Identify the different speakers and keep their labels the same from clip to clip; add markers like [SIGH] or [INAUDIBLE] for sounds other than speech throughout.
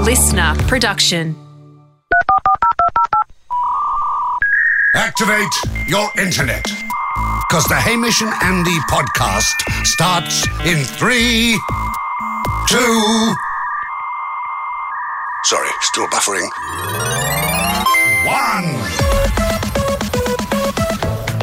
Speaker 1: listener production.
Speaker 2: Activate your internet. Because the Hamish and Andy podcast starts in three, two. Sorry, still buffering. One.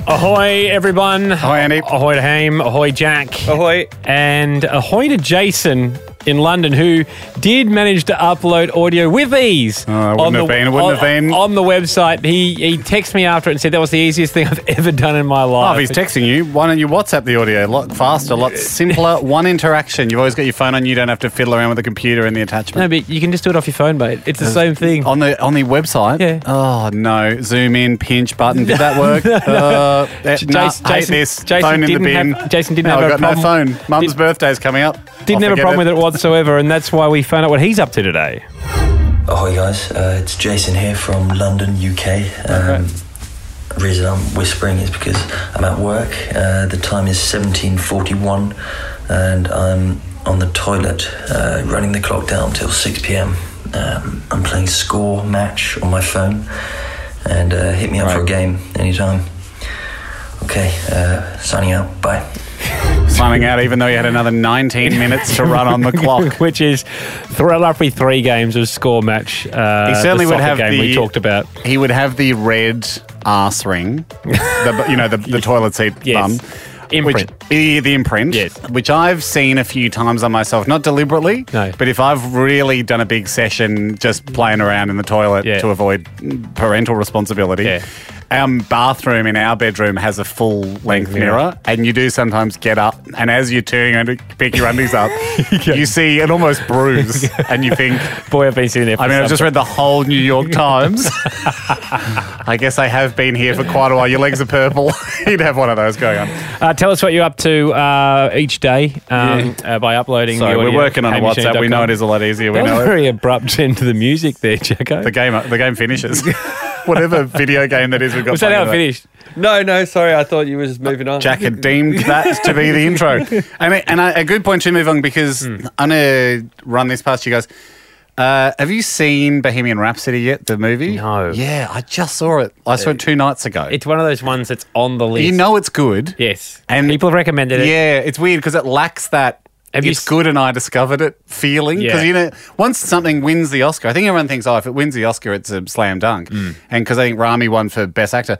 Speaker 3: Ahoy, everyone. Ahoy,
Speaker 4: Andy.
Speaker 3: Ahoy to Haim. Ahoy, Jack.
Speaker 4: Ahoy.
Speaker 3: And ahoy to Jason in London, who did manage to upload audio with ease.
Speaker 4: Oh, it
Speaker 3: on
Speaker 4: wouldn't have been, it wouldn't
Speaker 3: on-
Speaker 4: have been.
Speaker 3: On the website. He, he texted me after it and said that was the easiest thing [LAUGHS] I've ever done in my
Speaker 4: Oh,
Speaker 3: life.
Speaker 4: if he's texting you, why don't you WhatsApp the audio? A lot faster, a lot simpler,
Speaker 3: [LAUGHS]
Speaker 4: one interaction. You've always got your phone on you, you don't have to fiddle around with the computer and the
Speaker 3: No,
Speaker 4: attachment.
Speaker 3: but you can just do it off your phone, mate. It's the same thing.
Speaker 4: On the on the website?
Speaker 3: Yeah.
Speaker 4: Oh no. Zoom in, pinch button. Did
Speaker 3: [LAUGHS]
Speaker 4: that work? uh, eh,
Speaker 3: J-
Speaker 4: nah,
Speaker 3: Jason-
Speaker 4: hate
Speaker 3: Jason-
Speaker 4: this.
Speaker 3: Jason
Speaker 4: phone in the
Speaker 3: didn't
Speaker 4: bin.
Speaker 3: have- Jason didn't
Speaker 4: No,
Speaker 3: have
Speaker 4: I've
Speaker 3: a
Speaker 4: got no
Speaker 3: problem-
Speaker 4: phone. Mum's
Speaker 3: did-
Speaker 4: birthday's coming up.
Speaker 3: Didn't
Speaker 4: I'll
Speaker 3: have a
Speaker 4: forget
Speaker 3: problem with it whatsoever, and that's why we found out what he's up to today. [LAUGHS]
Speaker 5: Ahoy guys, uh, it's Jason here from London, UK. Um, reason I'm whispering is because I'm at work. Uh, the time is 17:41, and I'm on the toilet, uh, running the clock down till 6 p.m. Um, I'm playing Score Match on my phone, and uh, hit me up for a game anytime. Okay, uh, signing out. Bye.
Speaker 4: Signing out even though you had
Speaker 3: [LAUGHS]
Speaker 4: another nineteen minutes to run on the clock.
Speaker 3: Which is th- roughly three games of score match. Uh,
Speaker 4: He certainly
Speaker 3: the
Speaker 4: would
Speaker 3: soccer
Speaker 4: have
Speaker 3: game
Speaker 4: the
Speaker 3: we talked about.
Speaker 4: He would have the red
Speaker 3: [LAUGHS]
Speaker 4: arse ring, the, you know, the, the toilet seat
Speaker 3: Yes.
Speaker 4: bum.
Speaker 3: Imprint.
Speaker 4: Which, eh, the imprint,
Speaker 3: Yes.
Speaker 4: which I've seen a few times on myself, not deliberately,
Speaker 3: No.
Speaker 4: but if I've really done a big session just playing around in the toilet
Speaker 3: Yeah.
Speaker 4: to avoid parental responsibility,
Speaker 3: Yeah.
Speaker 4: our bathroom in our bedroom has a full length
Speaker 3: Mirror.
Speaker 4: mirror. and you do sometimes get up, and as you're turning and pick your
Speaker 3: [LAUGHS]
Speaker 4: undies up,
Speaker 3: Yeah.
Speaker 4: you see an almost bruise,
Speaker 3: [LAUGHS]
Speaker 4: and you think,
Speaker 3: Boy, I've been sitting there. For
Speaker 4: I mean, I've
Speaker 3: some
Speaker 4: just read the whole New
Speaker 3: [LAUGHS]
Speaker 4: York Times. I guess I have been here for quite a while. Your legs are purple. [LAUGHS] You'd have one of those going on.
Speaker 3: Uh, tell us what you're up to uh, each day um, uh, by uploading.
Speaker 4: So
Speaker 3: the
Speaker 4: we're
Speaker 3: audio
Speaker 4: working on a
Speaker 3: at
Speaker 4: WhatsApp. We know
Speaker 3: hamishane.com.
Speaker 4: it is a lot easier. We
Speaker 3: That was a
Speaker 4: know it.
Speaker 3: very abrupt end to the music there, Jacko.
Speaker 4: The game, the
Speaker 3: [LAUGHS]
Speaker 4: game finishes. [LAUGHS] Whatever video game that is, we've got.
Speaker 3: Was that
Speaker 4: playing
Speaker 3: how it
Speaker 4: today.
Speaker 3: finished?
Speaker 6: No, no, sorry. I thought you were just moving on.
Speaker 4: Jack had deemed that to be the
Speaker 3: [LAUGHS]
Speaker 4: intro. And, a- and a, a good point to move on because
Speaker 3: Hmm.
Speaker 4: I'm going to run this past you guys. Uh, have you seen Bohemian Rhapsody yet, the movie?
Speaker 3: No.
Speaker 4: Yeah, I just saw it. I saw it two nights ago.
Speaker 3: It's one of those ones that's on the list.
Speaker 4: you know it's good.
Speaker 3: yes.
Speaker 4: And-
Speaker 3: people have recommended it.
Speaker 4: Yeah, it's weird because it lacks that.
Speaker 3: Have you
Speaker 4: it's
Speaker 3: s-
Speaker 4: good and I discovered it feeling.
Speaker 3: Yeah.
Speaker 4: Because, you know, once something wins the Oscar, I think everyone thinks, oh, if it wins the Oscar, it's a slam dunk.
Speaker 3: Mm.
Speaker 4: And because I think Rami won for Best Actor.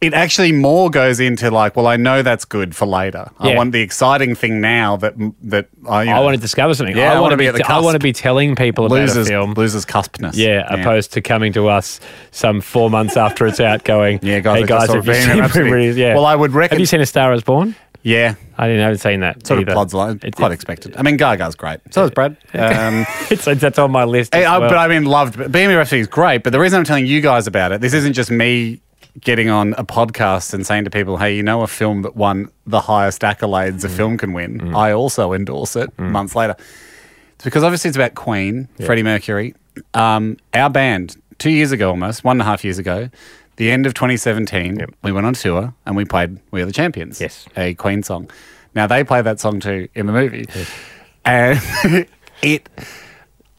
Speaker 4: It actually more goes into like, well, I know that's good for later.
Speaker 3: Yeah.
Speaker 4: I want the exciting thing now that that I, you
Speaker 3: I
Speaker 4: know,
Speaker 3: want to discover something.
Speaker 4: Yeah, I
Speaker 3: I want
Speaker 4: wanna
Speaker 3: to
Speaker 4: be
Speaker 3: be.
Speaker 4: at the
Speaker 3: I want to
Speaker 4: cusp.
Speaker 3: be telling people about a
Speaker 4: loses
Speaker 3: film.
Speaker 4: loses cuspness.
Speaker 3: Yeah, opposed to coming to us some four months after it's out, going,
Speaker 4: Yeah, guys,
Speaker 3: hey
Speaker 4: I
Speaker 3: guys,
Speaker 4: just saw
Speaker 3: have you
Speaker 4: Bohemian
Speaker 3: seen
Speaker 4: Rhapsody."
Speaker 3: Bohemian Rhapsody? Yeah.
Speaker 4: Well, I would reckon-
Speaker 3: Have you seen A Star Is Born?
Speaker 4: yeah,
Speaker 3: I didn't. I haven't seen that.
Speaker 4: sort
Speaker 3: either.
Speaker 4: of plods along.
Speaker 3: It's-
Speaker 4: Quite expected. I mean, Gaga's great. So
Speaker 3: [LAUGHS]
Speaker 4: is Brad. Um,
Speaker 3: It's, it's that's on my list.
Speaker 4: Hey,
Speaker 3: as
Speaker 4: I-
Speaker 3: well.
Speaker 4: But I mean, loved Bohemian Rhapsody is great. But the reason I'm telling you guys about it, this isn't just me getting on a podcast and saying to people, "Hey, you know, a film that won the highest accolades
Speaker 3: Mm.
Speaker 4: a film can win." I also endorse it months later. It's because obviously it's about Queen, Freddie Mercury. Um, our band, two years ago almost, one and a half years ago, the end of 2017, we went on tour and we played We Are the Champions.
Speaker 3: Yes.
Speaker 4: A Queen song. Now, they play that song too in the movie. And [LAUGHS] it,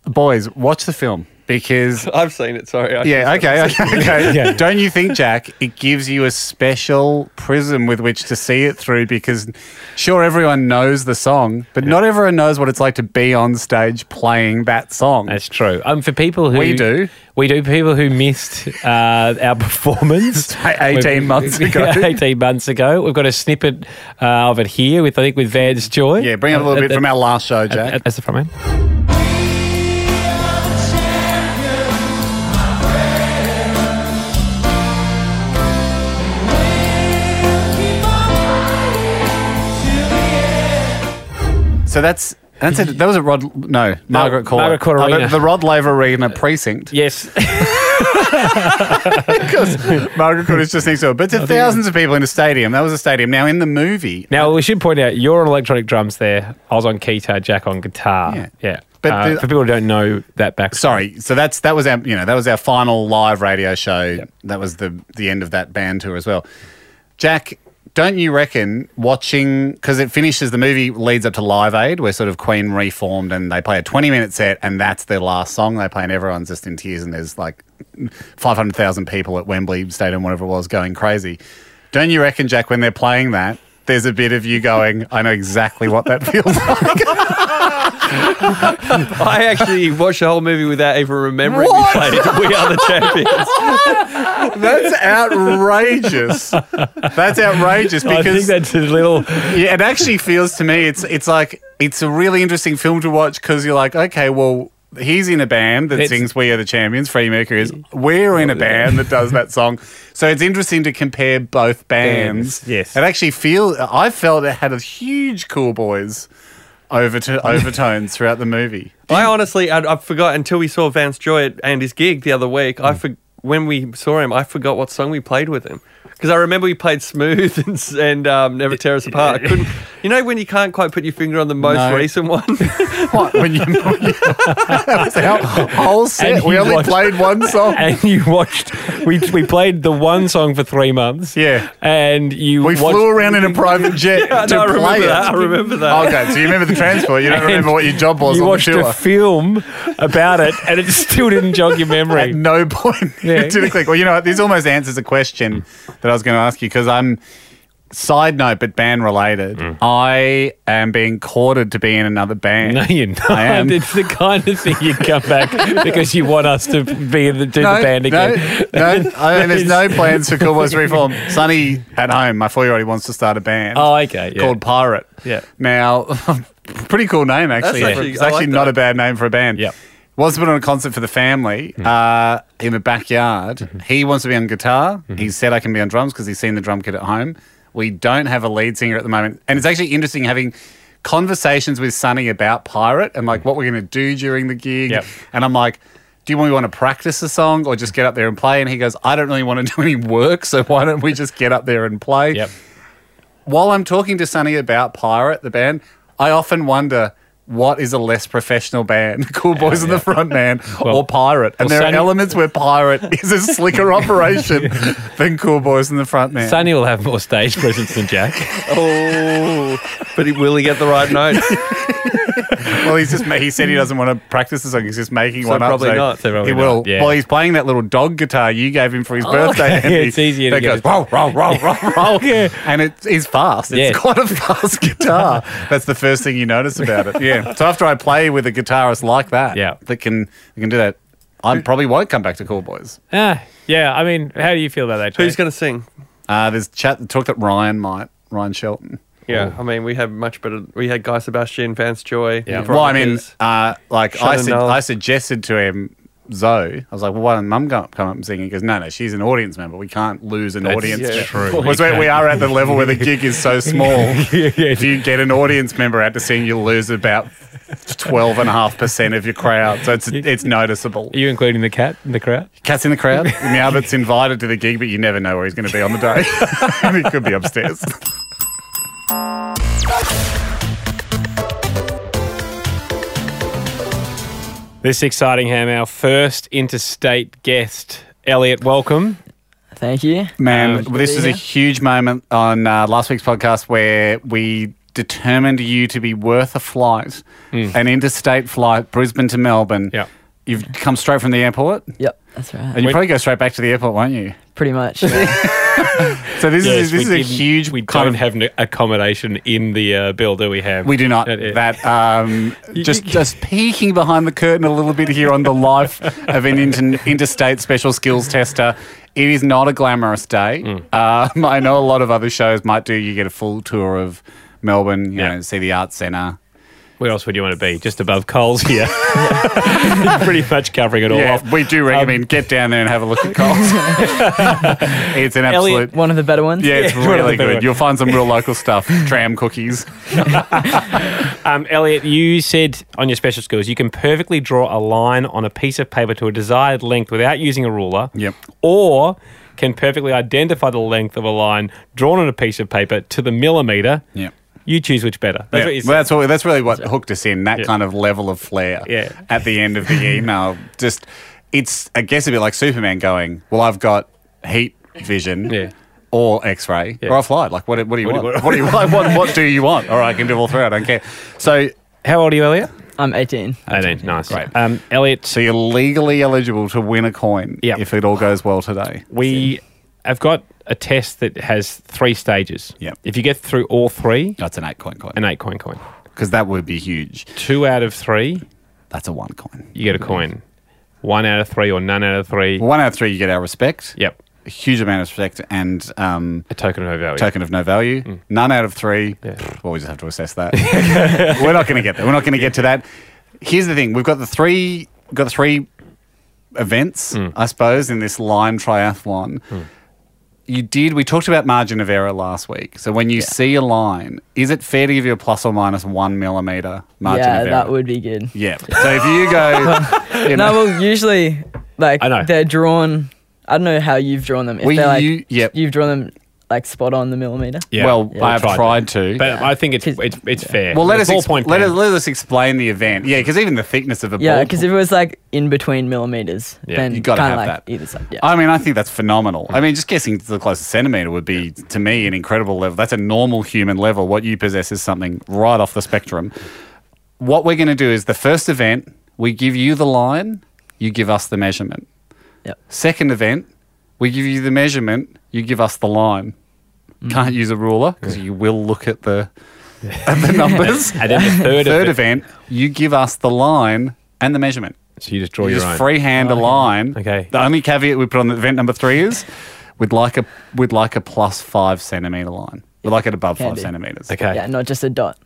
Speaker 4: boys, watch the film because.
Speaker 6: I've seen it. Sorry. I
Speaker 4: Yeah, okay, okay,
Speaker 3: [LAUGHS]
Speaker 4: okay.
Speaker 3: Yeah.
Speaker 4: Don't you think, Jack, it gives you a special prism with which to see it through because sure, everyone knows the song, but not everyone knows what it's like to be on stage playing that song.
Speaker 3: That's true. Um, for people who
Speaker 4: We do.
Speaker 3: we do people who missed uh, our [LAUGHS]
Speaker 4: [LAUGHS]
Speaker 3: performance [LAUGHS]
Speaker 4: Eighteen months ago.
Speaker 3: eighteen months ago, we've got a snippet uh, of it here with I think with Van's Joy. Uh,
Speaker 4: yeah, bring up a little bit from our last show, Jack.
Speaker 3: That's the front man.
Speaker 4: So that's that's it. That was a Rod. No, Margaret Court. Oh,
Speaker 3: Margaret Court Arena.
Speaker 4: the, the Rod Laver Arena precinct.
Speaker 3: Yes,
Speaker 4: [LAUGHS]
Speaker 3: [LAUGHS]
Speaker 4: Margaret Court is just next door. But [LAUGHS] to thousands of people in a stadium. That was a stadium. Now in the movie.
Speaker 3: Now we should point out you're on electronic drums there. I was on keytar, Jack on guitar. Yeah,
Speaker 4: Yeah.
Speaker 3: But
Speaker 4: But the-
Speaker 3: for people who don't know that back,
Speaker 4: Sorry. So that's that was our you know that was our final live radio show. That was the the end of that band tour as well. Jack don't you reckon watching because it finishes the movie leads up to Live Aid where sort of Queen reformed and they play a 20 minute set and that's their last song they play and everyone's just in tears and there's like 500,000 people at Wembley Stadium whatever it was going crazy. Don't you reckon Jack when they're playing that there's a bit of you going I know exactly what that [LAUGHS] feels like.
Speaker 3: [LAUGHS]
Speaker 6: I actually watched the whole movie without even remembering
Speaker 4: What?
Speaker 6: we played We
Speaker 3: [LAUGHS]
Speaker 6: Are the Champions.
Speaker 4: That's outrageous. That's outrageous
Speaker 3: I
Speaker 4: because
Speaker 3: think that's a little.
Speaker 4: yeah, it actually feels to me it's it's like it's a really interesting film to watch because you're like, okay, well, he's in a band that
Speaker 3: It's-
Speaker 4: sings "We Are the Champions." Freddie Mercury is. We're in a band that does that song, so it's interesting to compare both bands.
Speaker 3: Bands, yes.
Speaker 4: it actually feel I felt it had a huge Cool Boys overto- overtones throughout the movie.
Speaker 6: I honestly, I, I forgot until we saw Vance Joy at Andy's gig the other week.
Speaker 4: Hmm.
Speaker 6: I for, when we saw him, I forgot what song we played with him because I remember we played "Smooth" [LAUGHS] and, s- and um, "Never Tear Us Apart." I couldn't, you know, when you can't quite put your finger on the most
Speaker 4: No.
Speaker 6: recent one.
Speaker 4: [LAUGHS] What when you, [LAUGHS] that was our whole set?
Speaker 3: And
Speaker 4: We
Speaker 3: you
Speaker 4: only
Speaker 3: watched-
Speaker 4: played one song.
Speaker 3: And you watched. We, we played the one song for three months.
Speaker 4: Yeah.
Speaker 3: And you
Speaker 4: We
Speaker 3: watched,
Speaker 4: flew around in a
Speaker 3: [LAUGHS]
Speaker 4: private jet
Speaker 6: I
Speaker 4: to
Speaker 6: know,
Speaker 4: play
Speaker 6: I remember
Speaker 4: it. Oh,
Speaker 6: that. I remember that.
Speaker 4: Okay, so you remember the transport. You don't
Speaker 3: [LAUGHS] And
Speaker 4: remember what your job was
Speaker 3: You
Speaker 4: on the
Speaker 3: watched
Speaker 4: tour.
Speaker 3: a film about it, and it still didn't jog your
Speaker 4: At
Speaker 3: memory.
Speaker 4: no point [LAUGHS]
Speaker 3: Yeah.
Speaker 4: did it click. Well, you know what? This almost answers a question that I was going to ask you because I'm side note but band related.
Speaker 3: Mm.
Speaker 4: I am being courted to be in another
Speaker 3: [LAUGHS]
Speaker 4: band.
Speaker 3: No, you're not.
Speaker 4: I am.
Speaker 3: It's the kind of thing you come back because you want us to be in the, do the band again.
Speaker 4: No, no, I mean,
Speaker 3: [LAUGHS]
Speaker 4: there's no plans for Cool Boys Reform. Sonny at home, my four year old, he wants to start a band.
Speaker 3: Oh, okay. Yeah.
Speaker 4: called Pirate.
Speaker 3: Yeah.
Speaker 4: Now, [LAUGHS] pretty cool name actually.
Speaker 6: That's
Speaker 4: for-
Speaker 6: actually-
Speaker 4: it's
Speaker 6: I like
Speaker 4: actually not
Speaker 6: that.
Speaker 4: a bad name for a band.
Speaker 3: Yep.
Speaker 4: Was put on a concert for the family uh, in the backyard. He wants to be on guitar. He said I can be on drums because he's seen the drum kit at home. We don't have a lead singer at the moment, and it's actually interesting having conversations with Sonny about Pirate and like what we're going to do during the gig.
Speaker 3: Yep.
Speaker 4: And I'm like. Do you want to practice a song or just get up there and play? And he goes, I don't really want to do any work, so why don't we just get up there and play?
Speaker 3: Yep.
Speaker 4: while I'm talking to Sonny about Pirate, the band, I often wonder what is a less professional band, [LAUGHS] Cool Boys in the Front
Speaker 3: [LAUGHS]
Speaker 4: Man
Speaker 3: Well-
Speaker 4: or Pirate?
Speaker 3: well,
Speaker 4: And there
Speaker 3: Sonny-
Speaker 4: are elements where Pirate is a
Speaker 3: [LAUGHS]
Speaker 4: slicker operation than Cool Boys in the Front Man.
Speaker 3: Sonny will have more stage presence than
Speaker 4: [LAUGHS]
Speaker 3: Jack.
Speaker 6: oh, but he, will he get the right note?
Speaker 4: Well, he's just ma- he said he doesn't want to practice the song. He's just making
Speaker 6: So
Speaker 4: one
Speaker 6: probably
Speaker 4: up.
Speaker 6: not,
Speaker 3: so probably
Speaker 4: he will.
Speaker 3: not, yeah. Oh,
Speaker 4: Well, he's playing that little dog guitar you gave
Speaker 3: [LAUGHS]
Speaker 4: him for his birthday.
Speaker 3: yeah,
Speaker 4: Andy,
Speaker 3: it's easier to
Speaker 4: that
Speaker 3: get
Speaker 4: goes roll, roll, roll,
Speaker 3: [LAUGHS]
Speaker 4: roll, roll.
Speaker 3: Yeah.
Speaker 4: and it is fast. It's
Speaker 3: Yeah.
Speaker 4: quite
Speaker 3: [LAUGHS]
Speaker 4: a fast guitar. That's the first thing you notice about it. Yeah. So after I play with a guitarist like that,
Speaker 3: Yeah.
Speaker 4: that can that can do that. I probably won't come back to Cool Boys.
Speaker 3: Ah, yeah, I mean, how do you feel about that? Jack?
Speaker 6: Who's going to sing?
Speaker 4: Uh, there's chat talk that Ryan might. Ryan Shelton.
Speaker 6: Yeah, I mean, we had much better. We had Guy Sebastian, Vance Joy.
Speaker 3: Yeah.
Speaker 6: Veronica
Speaker 4: Well, I mean,
Speaker 6: Keys.
Speaker 4: uh, like I,
Speaker 6: Shannon
Speaker 4: su-
Speaker 6: Knoll.
Speaker 4: I suggested to him Zoe. I was like, "Well, why don't Mum go- come up and sing?" He goes, "No, no, she's an audience member. We can't lose an audience."
Speaker 6: yeah.
Speaker 4: member.
Speaker 3: true.
Speaker 4: Was where we are at the level where the gig is [LAUGHS] so small. If you get an audience member out to sing, you'll lose about twelve and a half percent of your crowd. So it's it's noticeable.
Speaker 3: Are you including the cat in the crowd?
Speaker 4: Cat's in the crowd. Meowbit's invited to the gig, but you never know where he's going to be on the day. [LAUGHS] he could be upstairs.
Speaker 3: This exciting ham, our first interstate guest, Elliot, welcome.
Speaker 1: Thank you.
Speaker 4: Man,
Speaker 1: Um,
Speaker 4: this is a
Speaker 1: yeah.
Speaker 4: huge moment on uh, last week's podcast where we determined you to be worth a flight, an interstate flight, Brisbane to Melbourne.
Speaker 3: Hmm. Yeah.
Speaker 4: You've come straight from the airport,
Speaker 1: Yep, that's
Speaker 4: and
Speaker 1: right.
Speaker 4: you probably go straight back to the airport, won't you?
Speaker 1: Pretty
Speaker 4: [LAUGHS]
Speaker 1: much.
Speaker 4: So this is this is a
Speaker 3: we didn't-
Speaker 4: huge
Speaker 3: We
Speaker 4: kind
Speaker 3: don't
Speaker 4: of
Speaker 3: have an accommodation in the uh, bill, do we? Have
Speaker 4: we do not
Speaker 3: That uh, is-
Speaker 4: that
Speaker 3: [LAUGHS]
Speaker 4: um, just just peeking behind the curtain a little bit here on the life of an inter- interstate special skills tester. It is not a glamorous day.
Speaker 3: Mm.
Speaker 4: Um, I know a lot of other shows might do. You get a full tour of Melbourne. You
Speaker 3: Yeah.
Speaker 4: know, see the arts centre.
Speaker 3: Where else would you want to be? Just above Coles here. [LAUGHS] Pretty much covering it all
Speaker 4: Yeah,
Speaker 3: off.
Speaker 4: we do recommend get down there and have a look
Speaker 3: [LAUGHS]
Speaker 4: at Coles. it's an absolute.
Speaker 3: Elliot-
Speaker 1: One of the better ones.
Speaker 4: yeah,
Speaker 3: [LAUGHS]
Speaker 4: it's
Speaker 3: Yeah, one of the
Speaker 4: really
Speaker 3: better
Speaker 4: good.
Speaker 3: ones.
Speaker 4: You'll find some real local stuff. Tram cookies.
Speaker 3: Um, Elliot, you said on your special skills you can perfectly draw a line on a piece of paper to a desired length without using a ruler.
Speaker 4: Yep.
Speaker 3: Or can perfectly identify the length of a line drawn on a piece of paper to the millimeter.
Speaker 4: Yep.
Speaker 3: You choose which better. That's
Speaker 4: Yeah,
Speaker 3: what you said.
Speaker 4: well, that's what, that's really what hooked us in. That
Speaker 3: Yeah.
Speaker 4: kind of level of flair
Speaker 3: Yeah.
Speaker 4: at the end of the email. Just it's I guess a bit like Superman going, "Well, I've got heat vision."
Speaker 3: Yeah.
Speaker 4: or X-ray
Speaker 3: Yeah.
Speaker 4: or I'll fly. Like, what, what do you
Speaker 3: What do you
Speaker 4: want?
Speaker 3: want?
Speaker 4: What do you
Speaker 3: [LAUGHS]
Speaker 4: want? What, what do you want? All right, I can do all three. I don't care. So,
Speaker 3: How old are you, Elliot?
Speaker 1: I'm 18.
Speaker 3: 18. Nice.
Speaker 4: Great.
Speaker 3: Um, Elliot,
Speaker 4: so you're legally eligible to win a coin
Speaker 3: Yep.
Speaker 4: if it all goes well today.
Speaker 3: we have got a test that has three stages.
Speaker 4: Yep.
Speaker 3: If you get through all three,
Speaker 4: That's an eight coin coin
Speaker 3: an eight coin coin.
Speaker 4: because that would be huge.
Speaker 3: Two out of three,
Speaker 4: That's a one coin.
Speaker 3: you get a coin. One out of three or none out of three.
Speaker 4: One out of three, you get our respect.
Speaker 3: Yep.
Speaker 4: A huge amount of respect and um,
Speaker 3: A token of no value.
Speaker 4: token of no value. None out of three.
Speaker 3: Yeah.
Speaker 4: Well, we just have to assess that. We're not going to get there. We're not going to get to that. Here's the thing: we've got the three, got the three events, I suppose, in this Lime Triathlon. You did. We talked about margin of error last week. So when you see a line, is it fair to give you a plus or minus one millimeter margin
Speaker 1: yeah,
Speaker 4: of error?
Speaker 1: that would be good.
Speaker 4: Yeah. So if
Speaker 1: [LAUGHS]
Speaker 4: you go, you
Speaker 1: No,
Speaker 4: know,
Speaker 1: well, usually, like,
Speaker 3: I know.
Speaker 1: they're drawn. I don't know how you've drawn them. If
Speaker 4: Well,
Speaker 1: they're like,
Speaker 4: you- yep.
Speaker 1: you've drawn them like spot on the millimeter.
Speaker 3: Yeah.
Speaker 4: well,
Speaker 3: Yeah.
Speaker 4: I've
Speaker 3: Tried
Speaker 4: tried,
Speaker 3: that.
Speaker 4: to.
Speaker 3: But I think it's
Speaker 1: 'Cause-
Speaker 3: it's, it's fair.
Speaker 4: well, let
Speaker 3: The
Speaker 4: us, ex-
Speaker 3: ballpoint
Speaker 4: let,
Speaker 3: pen-
Speaker 4: us, let us explain the event. Yeah, because even the thickness of a
Speaker 1: Yeah,
Speaker 4: ball
Speaker 1: because if it was like in between millimeters,
Speaker 3: Yeah,
Speaker 1: then
Speaker 4: you gotta
Speaker 1: kinda
Speaker 4: have
Speaker 1: like
Speaker 4: that.
Speaker 1: either side. Yeah.
Speaker 4: I mean, I think that's phenomenal. I mean, just guessing to the closest centimeter would be, to me, an incredible level. That's a normal human level. What you possess is something right off the spectrum. What we're going to do is the first event, we give you the line, you give us the measurement.
Speaker 1: Yep.
Speaker 4: Second event, we give you the measurement, you give us the line. Can't use a ruler because you will look at the, at the numbers.
Speaker 3: And then
Speaker 4: [LAUGHS]
Speaker 3: the third, of
Speaker 4: Third
Speaker 3: it,
Speaker 4: event, you give us the line and the measurement.
Speaker 3: So you just draw
Speaker 4: You
Speaker 3: your
Speaker 4: just
Speaker 3: own.
Speaker 4: freehand a line.
Speaker 3: Okay.
Speaker 4: The only caveat we put on the event number three is we'd like a we'd like a plus five centimeter line. We'd like it above
Speaker 1: Can
Speaker 4: five
Speaker 1: do.
Speaker 4: centimeters.
Speaker 3: okay.
Speaker 1: Yeah, not just a dot.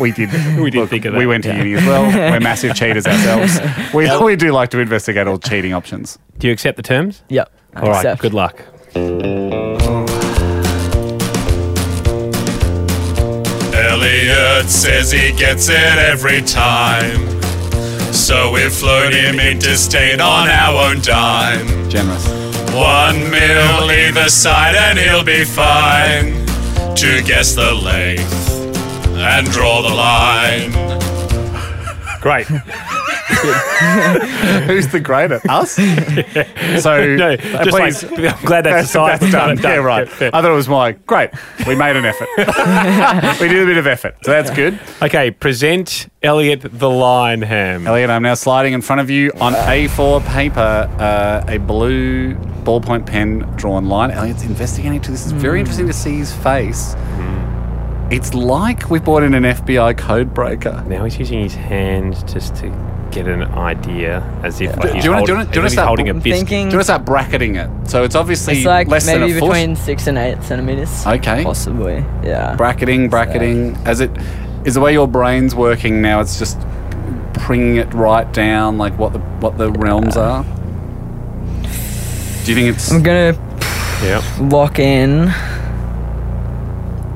Speaker 4: We did.
Speaker 3: [LAUGHS] We did think of that.
Speaker 4: We went to uni as
Speaker 3: [LAUGHS]
Speaker 4: well. We're massive cheaters ourselves. We, we do like to investigate all cheating options.
Speaker 3: Do you accept the terms?
Speaker 1: Yep.
Speaker 3: All right.
Speaker 1: Except-
Speaker 3: Good luck.
Speaker 7: Elliot says he gets it every time. So we float him into state on our own dime.
Speaker 4: Generous.
Speaker 7: One mil either side and he'll be fine. To guess the length and draw the line.
Speaker 3: Great.
Speaker 4: [LAUGHS] Who's the great at
Speaker 3: [LAUGHS]
Speaker 4: us? So
Speaker 3: No,
Speaker 4: uh,
Speaker 3: just
Speaker 4: please.
Speaker 3: like, I'm glad that's decided.
Speaker 4: that's done. Yeah, right. I thought it was my great. We made an effort. we did a bit of effort, [LAUGHS] so that's good.
Speaker 3: Okay, present Elliot the Lion Ham.
Speaker 4: Elliot, I'm now sliding in front of you on A4 paper uh, a blue ballpoint pen drawn line. Elliot's investigating too. This is
Speaker 1: Hmm.
Speaker 4: very interesting to see his face. It's like we brought in an FBI code breaker.
Speaker 3: Now he's using his hands just to get an idea, as if like,
Speaker 4: Do
Speaker 3: he's,
Speaker 4: you wanna-
Speaker 3: holding,
Speaker 4: do you wanna- do you wanna
Speaker 3: as if he's
Speaker 4: start-
Speaker 3: holding a
Speaker 1: I'm
Speaker 3: biscuit.
Speaker 4: Do
Speaker 1: thinking
Speaker 4: you want to start bracketing it? So it's obviously
Speaker 1: it's like
Speaker 4: less
Speaker 1: maybe
Speaker 4: than a foot.
Speaker 1: between six and eight centimeters.
Speaker 4: Okay.
Speaker 1: Possibly. Yeah.
Speaker 4: bracketing, bracketing. As it is the way your brain's working now. It's just bringing it right down, like what the what the realms are. Do you think it's
Speaker 1: I'm gonna
Speaker 3: Yeah.
Speaker 1: lock in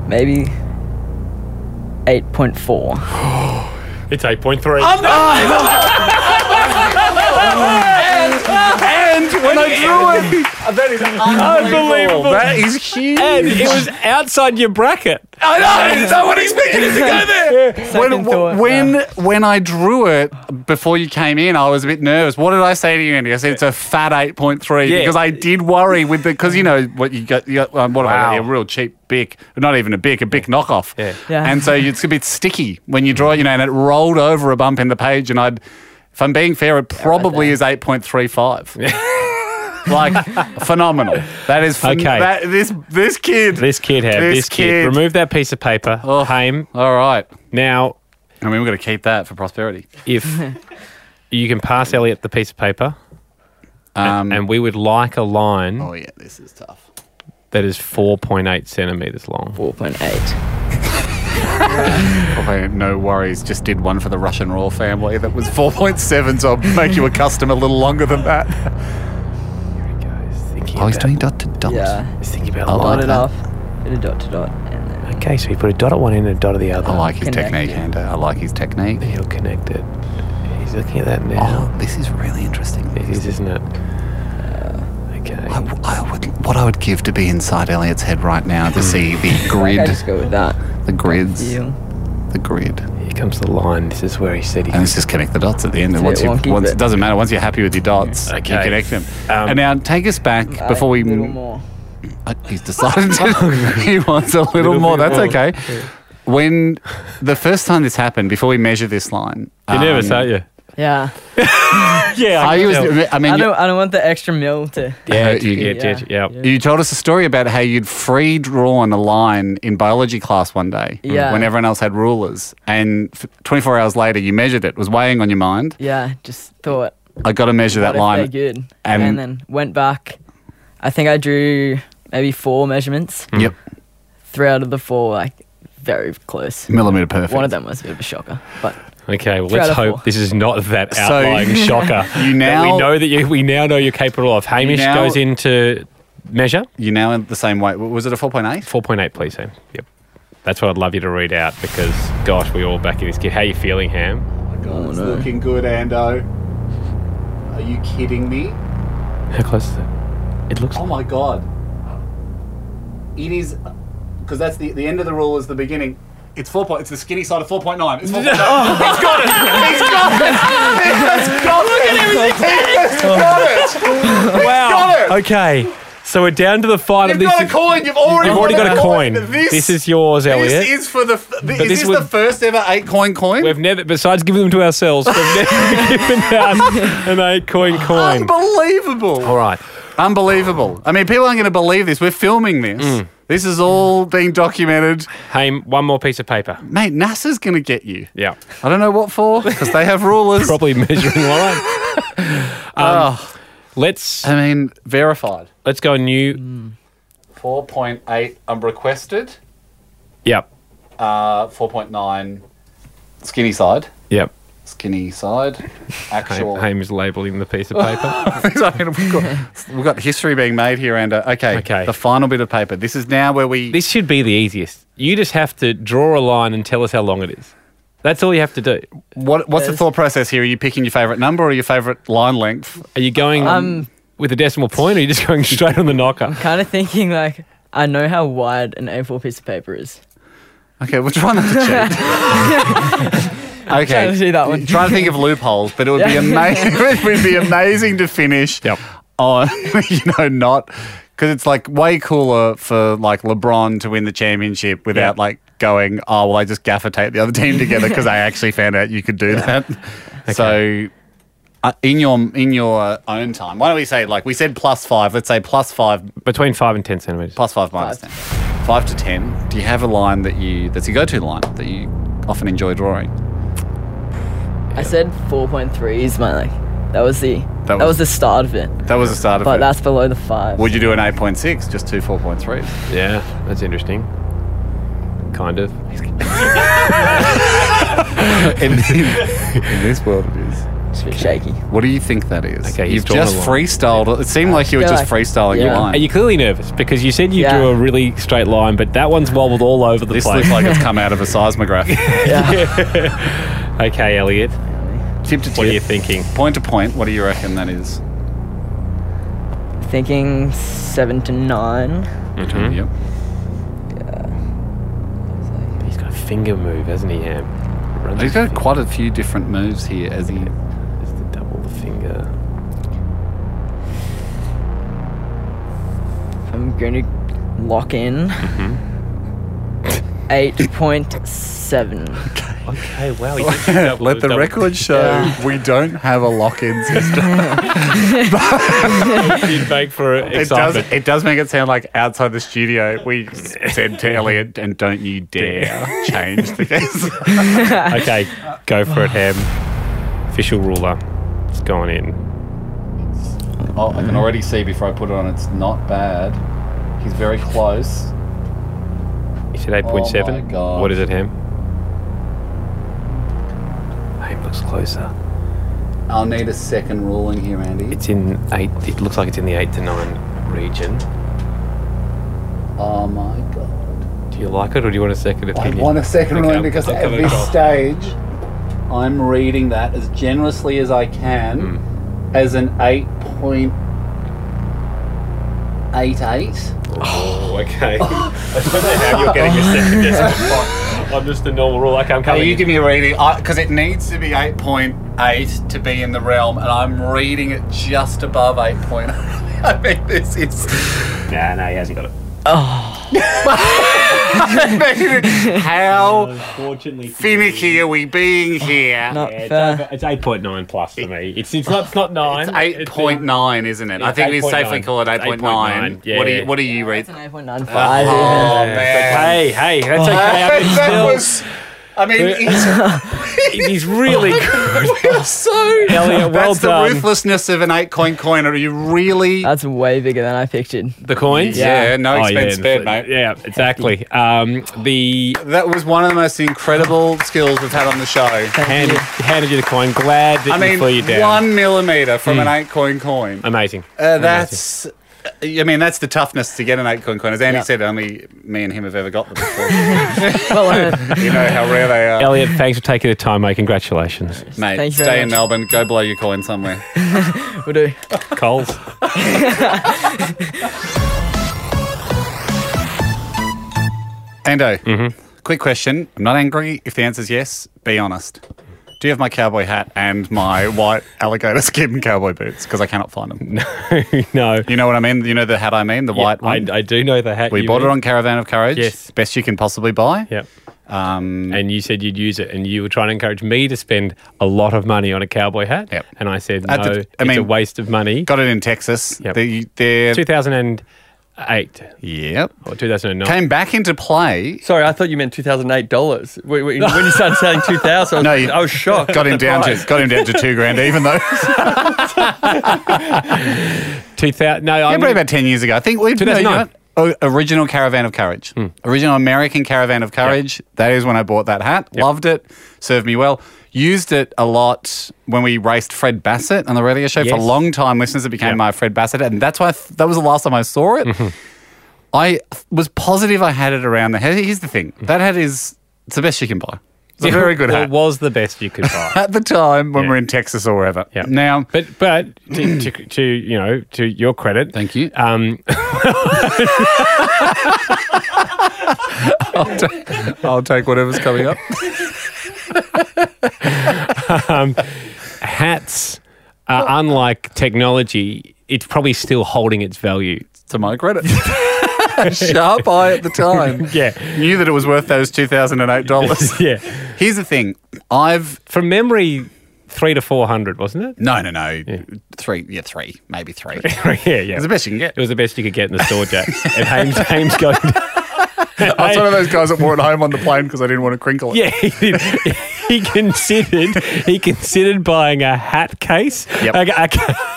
Speaker 1: maybe 8.4.
Speaker 3: It's 8.3.
Speaker 4: Um, And when [LAUGHS] I drew it, that is
Speaker 3: Unbelievable.
Speaker 4: That is
Speaker 3: [LAUGHS]
Speaker 4: huge.
Speaker 3: and it was outside your bracket.
Speaker 4: I know. Is that what he's thinking? Is to go there? when
Speaker 1: Second thought, uh,
Speaker 4: when when I drew it before you came in, I was a bit nervous. What did I say to you, Andy? I said it's a fat eight point three
Speaker 3: Yeah.
Speaker 4: because I did worry with the because you know what you got. You got um, what
Speaker 3: Wow.
Speaker 4: wow. a real cheap bic, not even a bic, a bic knockoff.
Speaker 3: Yeah.
Speaker 1: Yeah.
Speaker 4: And so it's a bit sticky when you draw it, you know, and it rolled over a bump in the page, and I'd. If I'm being fair, it probably is 8.35. [LAUGHS] like, phenomenal. That is phen-
Speaker 3: Okay.
Speaker 4: That, this this kid.
Speaker 3: This kid had this, kid. Remove that piece of paper. Oh, Haim.
Speaker 4: All right.
Speaker 3: Now,
Speaker 4: I mean, we're going to keep that for prosperity. [LAUGHS]
Speaker 3: if you can pass Elliot the piece of paper,
Speaker 4: Um,
Speaker 3: and we would like a line
Speaker 4: oh, yeah, this is tough.
Speaker 3: that is 4.8 centimeters long.
Speaker 1: 4.8.
Speaker 4: Probably no worries. Just did one for the Russian royal family that was 4.7, so I'll make you accustomed a little longer than that.
Speaker 3: Here he goes, thinking
Speaker 4: Oh, he's
Speaker 3: about-
Speaker 4: doing dot to dot.
Speaker 1: Yeah.
Speaker 3: he's thinking about
Speaker 4: I
Speaker 3: a line.
Speaker 1: Dot
Speaker 4: like
Speaker 1: it
Speaker 4: that.
Speaker 1: off. Bit of dot to dot. And then
Speaker 3: Okay, so he put a dot at one end and a dot at the other.
Speaker 4: I like his
Speaker 1: Connected.
Speaker 4: technique, Handa. I like his technique.
Speaker 3: He'll connect it. He's looking at that now.
Speaker 4: Oh, this is really interesting.
Speaker 3: It is, isn't it?
Speaker 4: I,
Speaker 3: Okay.
Speaker 4: w- I would, what I would give to be inside Elliot's head right now to [LAUGHS] see the
Speaker 1: I
Speaker 4: grid,
Speaker 1: think I just go with that.
Speaker 4: the grids,
Speaker 1: Deal.
Speaker 4: the grid.
Speaker 3: Here comes the line. This is where he said he.
Speaker 4: And let's just connect the dots at the end. And once
Speaker 1: It's a
Speaker 4: you,
Speaker 1: bit wonky,
Speaker 4: once,
Speaker 1: but-
Speaker 4: it doesn't matter. Once you're happy with your dots,
Speaker 3: Okay.
Speaker 4: you connect them.
Speaker 3: Um,
Speaker 4: and now take us back before we
Speaker 1: a little
Speaker 4: m-
Speaker 1: more.
Speaker 4: I- he's decided to- [LAUGHS] he wants a little, more.
Speaker 6: bit
Speaker 4: That's
Speaker 6: more.
Speaker 4: okay. When the first time this happened, before we measure this line,
Speaker 3: You're nervous,
Speaker 4: um,
Speaker 3: aren't you?
Speaker 1: Yeah.
Speaker 3: Yeah.
Speaker 4: I
Speaker 3: can
Speaker 4: was.
Speaker 3: tell.
Speaker 4: I mean,
Speaker 1: I
Speaker 4: you-
Speaker 1: don't. I don't want the extra meal to.
Speaker 3: Yeah,
Speaker 4: hurt you.
Speaker 3: yeah, it did. Yeah.
Speaker 4: You told us a story about how you'd free drawn a line in biology class one day mm,
Speaker 1: Yeah.
Speaker 4: when everyone else had rulers. And f- 24 hours later, you measured it. It was weighing on your mind.
Speaker 1: Yeah. Just thought.
Speaker 4: I got to measure that
Speaker 1: what
Speaker 4: line.
Speaker 1: If they're good.
Speaker 4: and-
Speaker 1: And, then went back. I think I drew maybe four measurements.
Speaker 4: Yep.
Speaker 1: Three out of the four were like very close.
Speaker 4: Millimeter perfect.
Speaker 1: One of them was a bit of a shocker, but
Speaker 3: Okay, well,
Speaker 1: Three out
Speaker 3: let's
Speaker 1: of
Speaker 3: hope
Speaker 1: four.
Speaker 3: this is not that
Speaker 4: So- [LAUGHS]
Speaker 3: outlying shocker.
Speaker 4: You
Speaker 3: that
Speaker 4: now-
Speaker 3: we know that you, we now know you're capable of. Hamish
Speaker 4: now-
Speaker 3: goes into measure
Speaker 4: You're now in the same weight. W- Was it a 4.8?
Speaker 3: four point eight, please, Ham. Yep, that's what I'd love you to read out because gosh, we're all back in this kid. How you feeling, Ham?
Speaker 1: Oh,
Speaker 4: God, it's looking good, Ando. Are you kidding me?
Speaker 3: How close is it? It looks.
Speaker 4: Oh my god. It is because that's the the end of the rule is the beginning. It's four point. It's the skinny side of four point nine. It's four point nine. [LAUGHS] oh, he's got it. He's got it. He's got it. He's
Speaker 3: Oh.
Speaker 4: got it.
Speaker 3: Wow.
Speaker 4: Oh, got it.
Speaker 3: Okay, so we're down to the final.
Speaker 4: You've
Speaker 3: this
Speaker 4: got a
Speaker 3: is-
Speaker 4: coin. You've already,
Speaker 3: You've already
Speaker 4: won
Speaker 3: got a coin. This, is yours, Elliot.
Speaker 4: This is for the. f- Is
Speaker 3: this
Speaker 4: this the
Speaker 3: would-
Speaker 4: first ever eight coin coin?
Speaker 3: We've never, besides giving them to ourselves, we've never [LAUGHS] given out an eight coin coin.
Speaker 4: Unbelievable.
Speaker 3: All right.
Speaker 4: Unbelievable. I mean, people aren't going to believe this. We're filming this.
Speaker 3: Mm.
Speaker 4: This is all being documented.
Speaker 3: Hey, one more piece of paper.
Speaker 4: Mate, NASA's going to get you.
Speaker 3: Yeah.
Speaker 4: I don't know what for, because they
Speaker 3: [LAUGHS]
Speaker 4: have rulers.
Speaker 3: Probably measuring line.
Speaker 4: Oh,
Speaker 3: Let's
Speaker 4: I mean, verified.
Speaker 3: let's go new.
Speaker 4: 4.8, I'm requested.
Speaker 3: Yep.
Speaker 4: Uh, 4.9, skinny side.
Speaker 3: Yep.
Speaker 4: Skinny side. Actual.
Speaker 3: Haim is labeling the [LAUGHS] piece of paper.
Speaker 4: [LAUGHS] I mean, we've, got, we've got history being made here, and okay,
Speaker 3: Okay.
Speaker 4: the final bit of paper. This is now where we.
Speaker 3: this should be the easiest. You just have to draw a line and tell us how long it is. That's all you have to do.
Speaker 4: what, what's the
Speaker 1: There's-
Speaker 4: thought process here? Are you picking your favourite number or your favourite line length?
Speaker 3: Are you going
Speaker 1: Um,
Speaker 3: with a decimal point or are you just going straight on the [LAUGHS] knocker?
Speaker 1: kind of thinking like I know how wide an A4 piece of paper is.
Speaker 4: Okay, we'll try not to cheat.
Speaker 1: [LAUGHS]
Speaker 4: [LAUGHS] okay,
Speaker 1: trying to do that one.
Speaker 4: Try to think of loopholes, but it would be
Speaker 1: Yeah.
Speaker 4: amazing. [LAUGHS] it would be amazing to finish
Speaker 3: Yep.
Speaker 4: on, [LAUGHS] you know, not because it's like way cooler for like LeBron to win the championship without
Speaker 3: Yep.
Speaker 4: like going, oh well, I just gaffer tape the other team together because I actually found out you could do that. So. Uh, in your in your own time, why don't we say like we said plus five? Let's say plus five
Speaker 3: Between five and ten centimeters.
Speaker 4: plus five minus
Speaker 1: Five.
Speaker 4: ten. Five to ten. Do you have a line that you that's your go-to line that you often enjoy drawing?
Speaker 1: I said 4.3 is my like. That was the that was,
Speaker 4: was-
Speaker 1: the start of it,
Speaker 4: That was the start of
Speaker 1: but
Speaker 4: it.
Speaker 1: that's below the five.
Speaker 4: Would you do an eight point six? Just two four
Speaker 3: [LAUGHS]
Speaker 4: point threes.
Speaker 3: Yeah, that's interesting. Kind of.
Speaker 4: in, in this world, it is.
Speaker 1: It's a bit
Speaker 4: [LAUGHS]
Speaker 1: shaky.
Speaker 4: What do you think that is?
Speaker 3: Okay, he's
Speaker 4: you've
Speaker 3: drawn
Speaker 4: just
Speaker 3: a line.
Speaker 4: freestyled. It seemed like you were
Speaker 1: Yeah,
Speaker 4: just
Speaker 1: like-
Speaker 4: freestyling your
Speaker 1: yeah.
Speaker 4: line.
Speaker 3: Are you clearly nervous? Because you said you
Speaker 1: Yeah.
Speaker 3: drew a really straight line, but that one's wobbled all over the
Speaker 4: this
Speaker 3: place.
Speaker 4: looks like
Speaker 1: [LAUGHS]
Speaker 4: it's come out of a seismograph.
Speaker 3: [LAUGHS] okay, Elliot.
Speaker 4: tip to tip.
Speaker 3: What are you thinking?
Speaker 4: Point to point. What do you reckon that is?
Speaker 1: Thinking seven to nine.
Speaker 3: Mm-hmm.
Speaker 4: Yep.
Speaker 3: He's got a finger move, hasn't he, Ham? Runs
Speaker 4: He's
Speaker 3: his
Speaker 4: got
Speaker 3: finger.
Speaker 4: quite a few different moves here as
Speaker 3: [LAUGHS]
Speaker 4: he. [LAUGHS]
Speaker 3: Just to double the finger.
Speaker 1: I'm going to lock in.
Speaker 4: Mm-hmm. [LAUGHS]
Speaker 1: 8.7.
Speaker 3: Okay, wow. he did double-
Speaker 4: Let the
Speaker 3: double-
Speaker 4: record show
Speaker 1: Yeah.
Speaker 4: we don't have a lock-in
Speaker 3: [LAUGHS]
Speaker 4: system.
Speaker 3: [LAUGHS] You'd beg [LAUGHS] for
Speaker 4: It does,
Speaker 3: excitement.
Speaker 4: it does make it sound like outside the studio we said [LAUGHS] to Elliot, and don't you dare [LAUGHS] change the case.
Speaker 3: okay, go for it, Ham. Official ruler. It's gone in.
Speaker 4: Oh, I can already see before I put it on, it's not bad. He's very close.
Speaker 3: You said 8.7.
Speaker 4: my God.
Speaker 3: what is it, Ham? Ham looks closer.
Speaker 4: I'll need a second ruling here, Andy.
Speaker 3: It's in eight. It looks like it's in the eight to nine region.
Speaker 4: Oh my god.
Speaker 3: Do you like it, or do you want a second opinion?
Speaker 4: a second
Speaker 3: Okay, ruling I'll- because I'll at cover this it off.
Speaker 4: stage, I'm reading that as generously as I can as an 8.88.
Speaker 3: Oh, okay. [LAUGHS] I don't know how you're getting a second decimal point. [LAUGHS] I'm just a normal ruler. Okay, I'm
Speaker 4: Can
Speaker 3: coming.
Speaker 4: you
Speaker 3: in.
Speaker 4: give me a reading? Because it needs to be 8.8 to be in the realm, and I'm reading it just above 8.8. [LAUGHS] I mean, this is.
Speaker 3: Nah, no, he hasn't got it. [LAUGHS]
Speaker 4: How
Speaker 3: Unfortunately,
Speaker 4: finicky are we being here?
Speaker 1: Not
Speaker 3: Yeah, it's,
Speaker 1: fair.
Speaker 3: over- it's 8.9 plus for me. It's, it's, not, it's not 9.
Speaker 4: [LAUGHS] It's 8.9 isn't it? I think we
Speaker 3: 8.9.
Speaker 4: safely call it 8.9.
Speaker 3: 8.9 yeah,
Speaker 4: what, do
Speaker 3: yeah.
Speaker 4: you, what do
Speaker 3: [LAUGHS]
Speaker 4: you rate?
Speaker 1: It's an 8.95.
Speaker 4: Uh-huh.
Speaker 1: yeah.
Speaker 4: Oh, man.
Speaker 3: Oh, Hey, hey,
Speaker 4: [LAUGHS]
Speaker 3: that's okay. I mean, still,
Speaker 4: I mean, it's,
Speaker 3: he's really
Speaker 4: [LAUGHS]
Speaker 3: good. [LAUGHS]
Speaker 4: it's so.
Speaker 3: Elliot, well
Speaker 4: That's the
Speaker 3: done. Uh,
Speaker 4: ruthlessness of an eight coin coin. Are you really.
Speaker 1: That's way bigger than I pictured.
Speaker 3: The coins?
Speaker 4: Yeah, no expense
Speaker 3: yeah,
Speaker 4: spared, mate.
Speaker 3: Yeah, exactly. Um, the
Speaker 4: That was one of the most incredible skills we've had on the show.
Speaker 1: Thank
Speaker 3: handed,
Speaker 1: you.
Speaker 3: handed you the coin. Glad that
Speaker 4: I
Speaker 3: you flew you down.
Speaker 4: mean,
Speaker 3: Hmm.
Speaker 4: one millimeter from an eight coin coin.
Speaker 3: Amazing.
Speaker 4: Uh, that's. I mean, that's the toughness to get an eight coin coin. As Andy
Speaker 1: Yeah.
Speaker 4: said, only me and him have ever got them before. [LAUGHS] you
Speaker 1: Well
Speaker 4: [LAUGHS]
Speaker 1: earned.
Speaker 4: know how rare they are.
Speaker 3: Elliot, thanks for taking the time, mate. Congratulations.
Speaker 1: Thank
Speaker 4: Mate,
Speaker 1: you very
Speaker 4: stay in
Speaker 1: much.
Speaker 4: Melbourne. Go blow your coin somewhere.
Speaker 1: We'll do.
Speaker 3: Coles.
Speaker 4: Ando,
Speaker 3: Mm-hmm.
Speaker 4: quick question. I'm not angry. If the answer's yes, be honest. Do you have my cowboy hat and my white alligator skin cowboy boots? Because I cannot find them.
Speaker 3: [LAUGHS] no.
Speaker 4: You know what I mean? You know the hat I mean, the white
Speaker 3: I,
Speaker 4: one.
Speaker 3: I do know the hat.
Speaker 4: we
Speaker 3: you
Speaker 4: bought it
Speaker 3: mean.
Speaker 4: on Caravan of Courage.
Speaker 3: Yes.
Speaker 4: Best you can possibly buy.
Speaker 3: Yep.
Speaker 4: Um,
Speaker 3: And you said you'd use it, and you were trying to encourage me to spend a lot of money on a cowboy hat.
Speaker 4: Yep.
Speaker 3: And I said, no,
Speaker 4: At the- I
Speaker 3: it's a
Speaker 4: mean-
Speaker 3: waste of money.
Speaker 4: got it in Texas.
Speaker 3: Yep.
Speaker 4: They, they're,
Speaker 3: 2008
Speaker 4: yep.
Speaker 3: or 2009.
Speaker 4: Came back into play.
Speaker 6: Sorry, I thought you meant two thousand eight dollars. When when you started
Speaker 4: [LAUGHS]
Speaker 6: saying two thousand,
Speaker 4: No,
Speaker 6: I, was
Speaker 4: you-
Speaker 6: [LAUGHS] I was shocked.
Speaker 4: Got him
Speaker 6: at the
Speaker 4: down
Speaker 6: [LAUGHS] price.
Speaker 4: to got him down to two grand, even though. [LAUGHS] yeah,
Speaker 3: 2000. No, I'm
Speaker 4: probably about ten years ago. I think we. No, you know
Speaker 3: 2009.
Speaker 4: what? O- original Caravan of Courage,
Speaker 3: Hmm.
Speaker 4: original American Caravan of Courage. That is when I bought that hat. Loved it. Served me well. Used it a lot when we raced Fred Bassett on the radio show for a
Speaker 3: Yes.
Speaker 4: long time. Listeners, it became
Speaker 3: Yep. Mm-hmm.
Speaker 4: my Fred Bassett, hat, and that's why I th- that was the last time I saw it. I was positive I had it around the head. Here's the thing:
Speaker 3: Mm.
Speaker 4: that hat is it's the best you can buy. It's a
Speaker 3: [LAUGHS]
Speaker 4: very good hat.
Speaker 3: It was the best you could
Speaker 4: [LAUGHS]
Speaker 3: buy.
Speaker 4: at the time when
Speaker 3: Yeah.
Speaker 4: we're in Texas or wherever.
Speaker 3: Yeah.
Speaker 4: Now,
Speaker 3: But but to, to, to you know to your credit,
Speaker 4: thank you.
Speaker 3: Um,
Speaker 4: I'll take whatever's coming
Speaker 6: [LAUGHS]
Speaker 4: up.
Speaker 3: hats are unlike technology. It's probably still holding its value.
Speaker 4: to my credit. [LAUGHS] Sharp eye at the time.
Speaker 3: Yeah.
Speaker 4: Knew that it was worth
Speaker 3: [LAUGHS]
Speaker 4: those $2,008.
Speaker 3: yeah.
Speaker 4: Here's the thing. I've
Speaker 3: From memory, three to four hundred, wasn't
Speaker 4: no, no, no. Three, yeah, three, maybe
Speaker 3: [LAUGHS]
Speaker 4: three.
Speaker 3: it? [LAUGHS]
Speaker 4: it's
Speaker 3: yeah, yeah.
Speaker 4: the best you can get.
Speaker 3: It was the best you could get in the store, Jack. and Hames, Hames
Speaker 4: [LAUGHS]
Speaker 3: going.
Speaker 4: I was one of those guys that wore it home on the plane because I didn't want to crinkle
Speaker 3: [LAUGHS]
Speaker 4: it.
Speaker 3: Yeah, he, did. he considered he considered buying a hat case,
Speaker 4: Yep.
Speaker 3: a,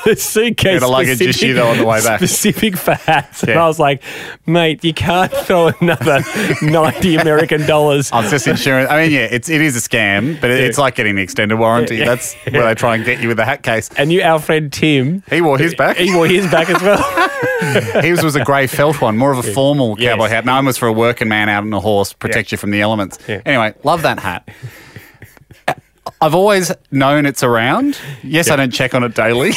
Speaker 3: [LAUGHS] a- a suitcase,
Speaker 4: Had a luggage
Speaker 3: specific-
Speaker 4: issue, though, on the way back.
Speaker 3: specific for hats. And
Speaker 4: Yeah.
Speaker 3: I was like, mate, you can't throw another ninety American
Speaker 4: [LAUGHS]
Speaker 3: dollars.
Speaker 4: Oh, it's just insurance. I mean, yeah, it's it is a scam, but it, it's like getting the extended warranty. That's where they try and get you with the hat case.
Speaker 3: And you, our friend Tim,
Speaker 4: He wore his back.
Speaker 3: he wore his back as
Speaker 4: [LAUGHS]
Speaker 3: well.
Speaker 4: His was a grey felt one, more of a formal
Speaker 3: Yes.
Speaker 4: cowboy hat. Mine was for a working man out on a horse, protect you from the elements.
Speaker 3: Yeah.
Speaker 4: Anyway, love that hat. [LAUGHS] I've always known it's around. Yes, I don't check on it daily.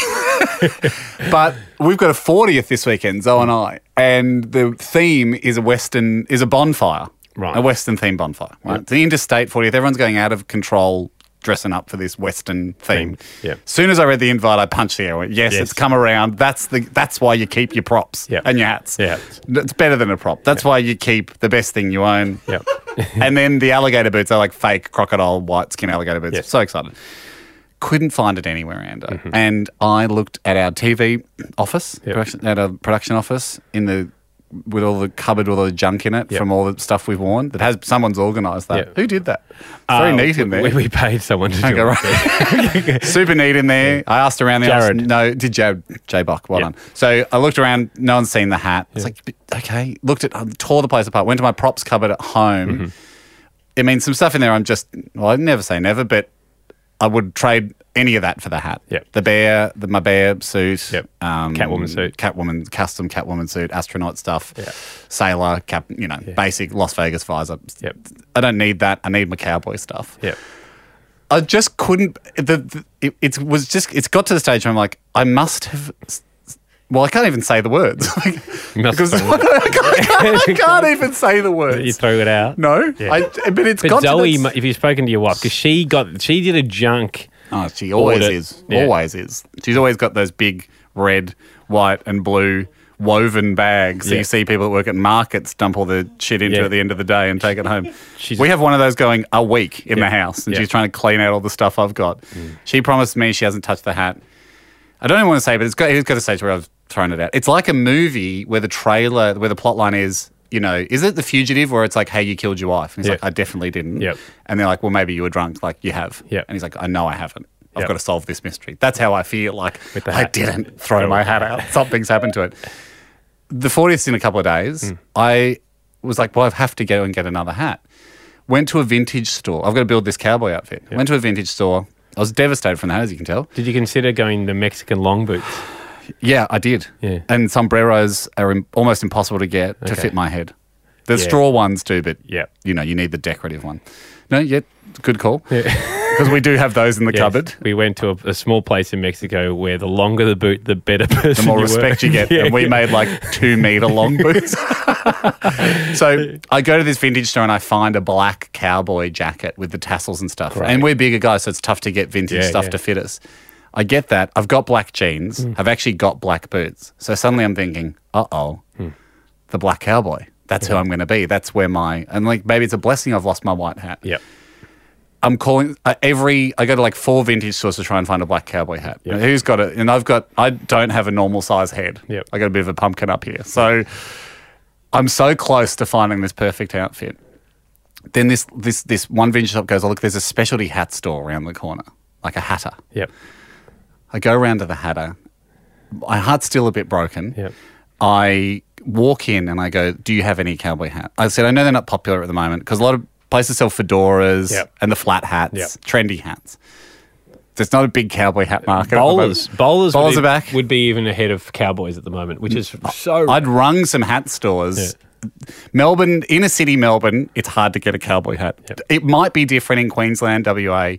Speaker 4: [LAUGHS] but we've got a 40th this weekend, Zoe and I. And the theme is a Western, is a bonfire.
Speaker 3: Right.
Speaker 4: A Western themed bonfire. Right. It's the interstate 40th. Everyone's going out of control dressing up for this Western theme.
Speaker 3: Yeah.
Speaker 4: Soon as I read the invite, I punched the air. I went, yes,
Speaker 3: Yes.
Speaker 4: it's come around. That's the that's why you keep your props
Speaker 3: Yeah.
Speaker 4: and your hats.
Speaker 3: Yeah.
Speaker 4: It's better than a prop. That's why you keep the best thing you own.
Speaker 3: Yep.
Speaker 4: [LAUGHS] and then the alligator boots are like fake crocodile white skin alligator boots.
Speaker 3: Yes. Mm-hmm.
Speaker 4: So excited. Couldn't find it anywhere, Ando. And I looked at our TV office,
Speaker 3: Yep.
Speaker 4: production, at a production office in the with all the cupboard with all the junk in it
Speaker 3: Yep.
Speaker 4: from all the stuff we've worn that has someone's organised that.
Speaker 3: Yeah.
Speaker 4: Who did that? It's very
Speaker 3: Uh,
Speaker 4: neat in there.
Speaker 3: We, we paid someone to do
Speaker 4: Okay,
Speaker 3: it. [LAUGHS]
Speaker 4: right. Super neat in there. I asked around the
Speaker 3: Jared.
Speaker 4: office- No, did Jab J Buck? Well
Speaker 3: Yeah.
Speaker 4: done. So I looked around. No one's seen the hat. It's like okay. Looked at uh, tore the place apart. Went to my props cupboard at home.
Speaker 3: Mm-hmm.
Speaker 4: I mean, some stuff in there. I'm just well, I'd never say never, but I would trade any of that for the hat.
Speaker 3: Yep.
Speaker 4: The bear, the, my bear suit. um,
Speaker 3: Yep. Catwoman suit.
Speaker 4: Catwoman custom Catwoman suit, astronaut stuff. Sailor cap. You know, basic Las Vegas visor.
Speaker 3: Yep.
Speaker 4: I don't need that. I need my cowboy stuff.
Speaker 3: Yep.
Speaker 4: I just couldn't. The, the it, it was just. It's got to the stage where I'm like, I must have. s- s- Well, I can't even say the words [LAUGHS] like,
Speaker 3: must
Speaker 4: because
Speaker 3: have
Speaker 4: [LAUGHS] I can't, I can't even say the
Speaker 3: You
Speaker 4: words.
Speaker 3: throw it out.
Speaker 4: No, I, but it's
Speaker 3: But
Speaker 4: got
Speaker 3: Zoe,
Speaker 4: to.
Speaker 3: mu-
Speaker 4: the-
Speaker 3: if you've spoken to your wife, because she got she did a junk.
Speaker 4: oh, she always
Speaker 3: Ordered.
Speaker 4: is.
Speaker 3: Yeah.
Speaker 4: Always is. She's always got those big red, white, and blue woven bags. So
Speaker 3: Yeah.
Speaker 4: you see people that work at markets dump all the shit into
Speaker 3: Yeah.
Speaker 4: it at the end of the day and take it home.
Speaker 3: [LAUGHS] She's-
Speaker 4: we have one of those going a week in
Speaker 3: Yeah.
Speaker 4: the house, and
Speaker 3: Yeah. Mm.
Speaker 4: she's trying to clean out all the stuff I've got. She promised me she hasn't touched the hat. I don't even want to say, but it's got, it's got a stage where I've thrown it out. It's like a movie where the trailer, where the plot line is, you know, is it The Fugitive where it's like, hey, you killed your wife? And he's
Speaker 3: Yeah.
Speaker 4: like, I definitely didn't.
Speaker 3: Yep.
Speaker 4: And they're like, well, maybe you were drunk. Like, you have.
Speaker 3: Yep.
Speaker 4: And he's like, I know I haven't. I've
Speaker 3: Yep.
Speaker 4: got to solve this mystery. That's how I feel. Like,
Speaker 3: the
Speaker 4: I
Speaker 3: hat.
Speaker 4: didn't throw my
Speaker 3: [LAUGHS]
Speaker 4: hat out. Something's happened to it. The 40th in a couple of
Speaker 3: Hmm.
Speaker 4: days, I was like, well, I have to go and get another hat. Went to a vintage store. I've got to build this cowboy outfit. Went to a vintage store. I was devastated from that, as you can tell.
Speaker 3: Did you consider going the Mexican long boots?
Speaker 4: Yeah, I did.
Speaker 3: Yeah.
Speaker 4: And sombreros are im- almost impossible to get to
Speaker 3: Okay.
Speaker 4: fit my head. The
Speaker 3: Yeah.
Speaker 4: straw ones do, but
Speaker 3: Yeah.
Speaker 4: you know, you need the decorative one. No, yet good call. [LAUGHS] Because we do have those in the
Speaker 3: Yes.
Speaker 4: cupboard.
Speaker 3: We went to a, a small place in Mexico where the longer the boot, the better [LAUGHS]
Speaker 4: The
Speaker 3: person.
Speaker 4: more
Speaker 3: you
Speaker 4: respect
Speaker 3: were. [LAUGHS]
Speaker 4: you get.
Speaker 3: Yeah,
Speaker 4: and we
Speaker 3: yeah.
Speaker 4: made like two
Speaker 3: [LAUGHS]
Speaker 4: meter long boots. so I go to this vintage store and I find a black cowboy jacket with the tassels and stuff. And we're bigger guys, so it's tough to get vintage
Speaker 3: Yeah, Mm.
Speaker 4: stuff
Speaker 3: yeah.
Speaker 4: to fit us. I get that. I've got black jeans. I've actually got black boots. So suddenly I'm thinking, uh oh,
Speaker 3: Hmm.
Speaker 4: the black cowboy. That's who I'm going to be. That's where my, and like maybe it's a blessing I've lost my white hat.
Speaker 3: Yep.
Speaker 4: I'm calling uh, every. I go to like four vintage stores to try and find a black cowboy hat.
Speaker 3: Yep.
Speaker 4: Who's got it? And I've got. I don't have a normal size head.
Speaker 3: Yep.
Speaker 4: I got a bit of a pumpkin up here. So I'm so close to finding this perfect outfit. Then this this this one vintage shop goes. Oh look, there's a specialty hat store around the corner, like a hatter.
Speaker 3: Yep.
Speaker 4: I go round to the hatter. My heart's still a bit broken.
Speaker 3: Yep.
Speaker 4: I walk in and I go, "Do you have any cowboy hat?" I said, "I know they're not popular at the moment because a lot of places sell fedoras
Speaker 3: Yep.
Speaker 4: and the flat hats,
Speaker 3: Yep.
Speaker 4: trendy hats. There's not a big cowboy hat market. at the
Speaker 3: Bowlers,
Speaker 4: moment.
Speaker 3: bowlers,
Speaker 4: Bowlers
Speaker 3: would be,
Speaker 4: are back. Mm.
Speaker 3: Would be even ahead of Cowboys at the moment, which is so.
Speaker 4: I'd rung some hat stores. Melbourne, inner city Melbourne, it's hard to get a cowboy hat.
Speaker 3: Yep. Mm.
Speaker 4: It might be different in Queensland, WA,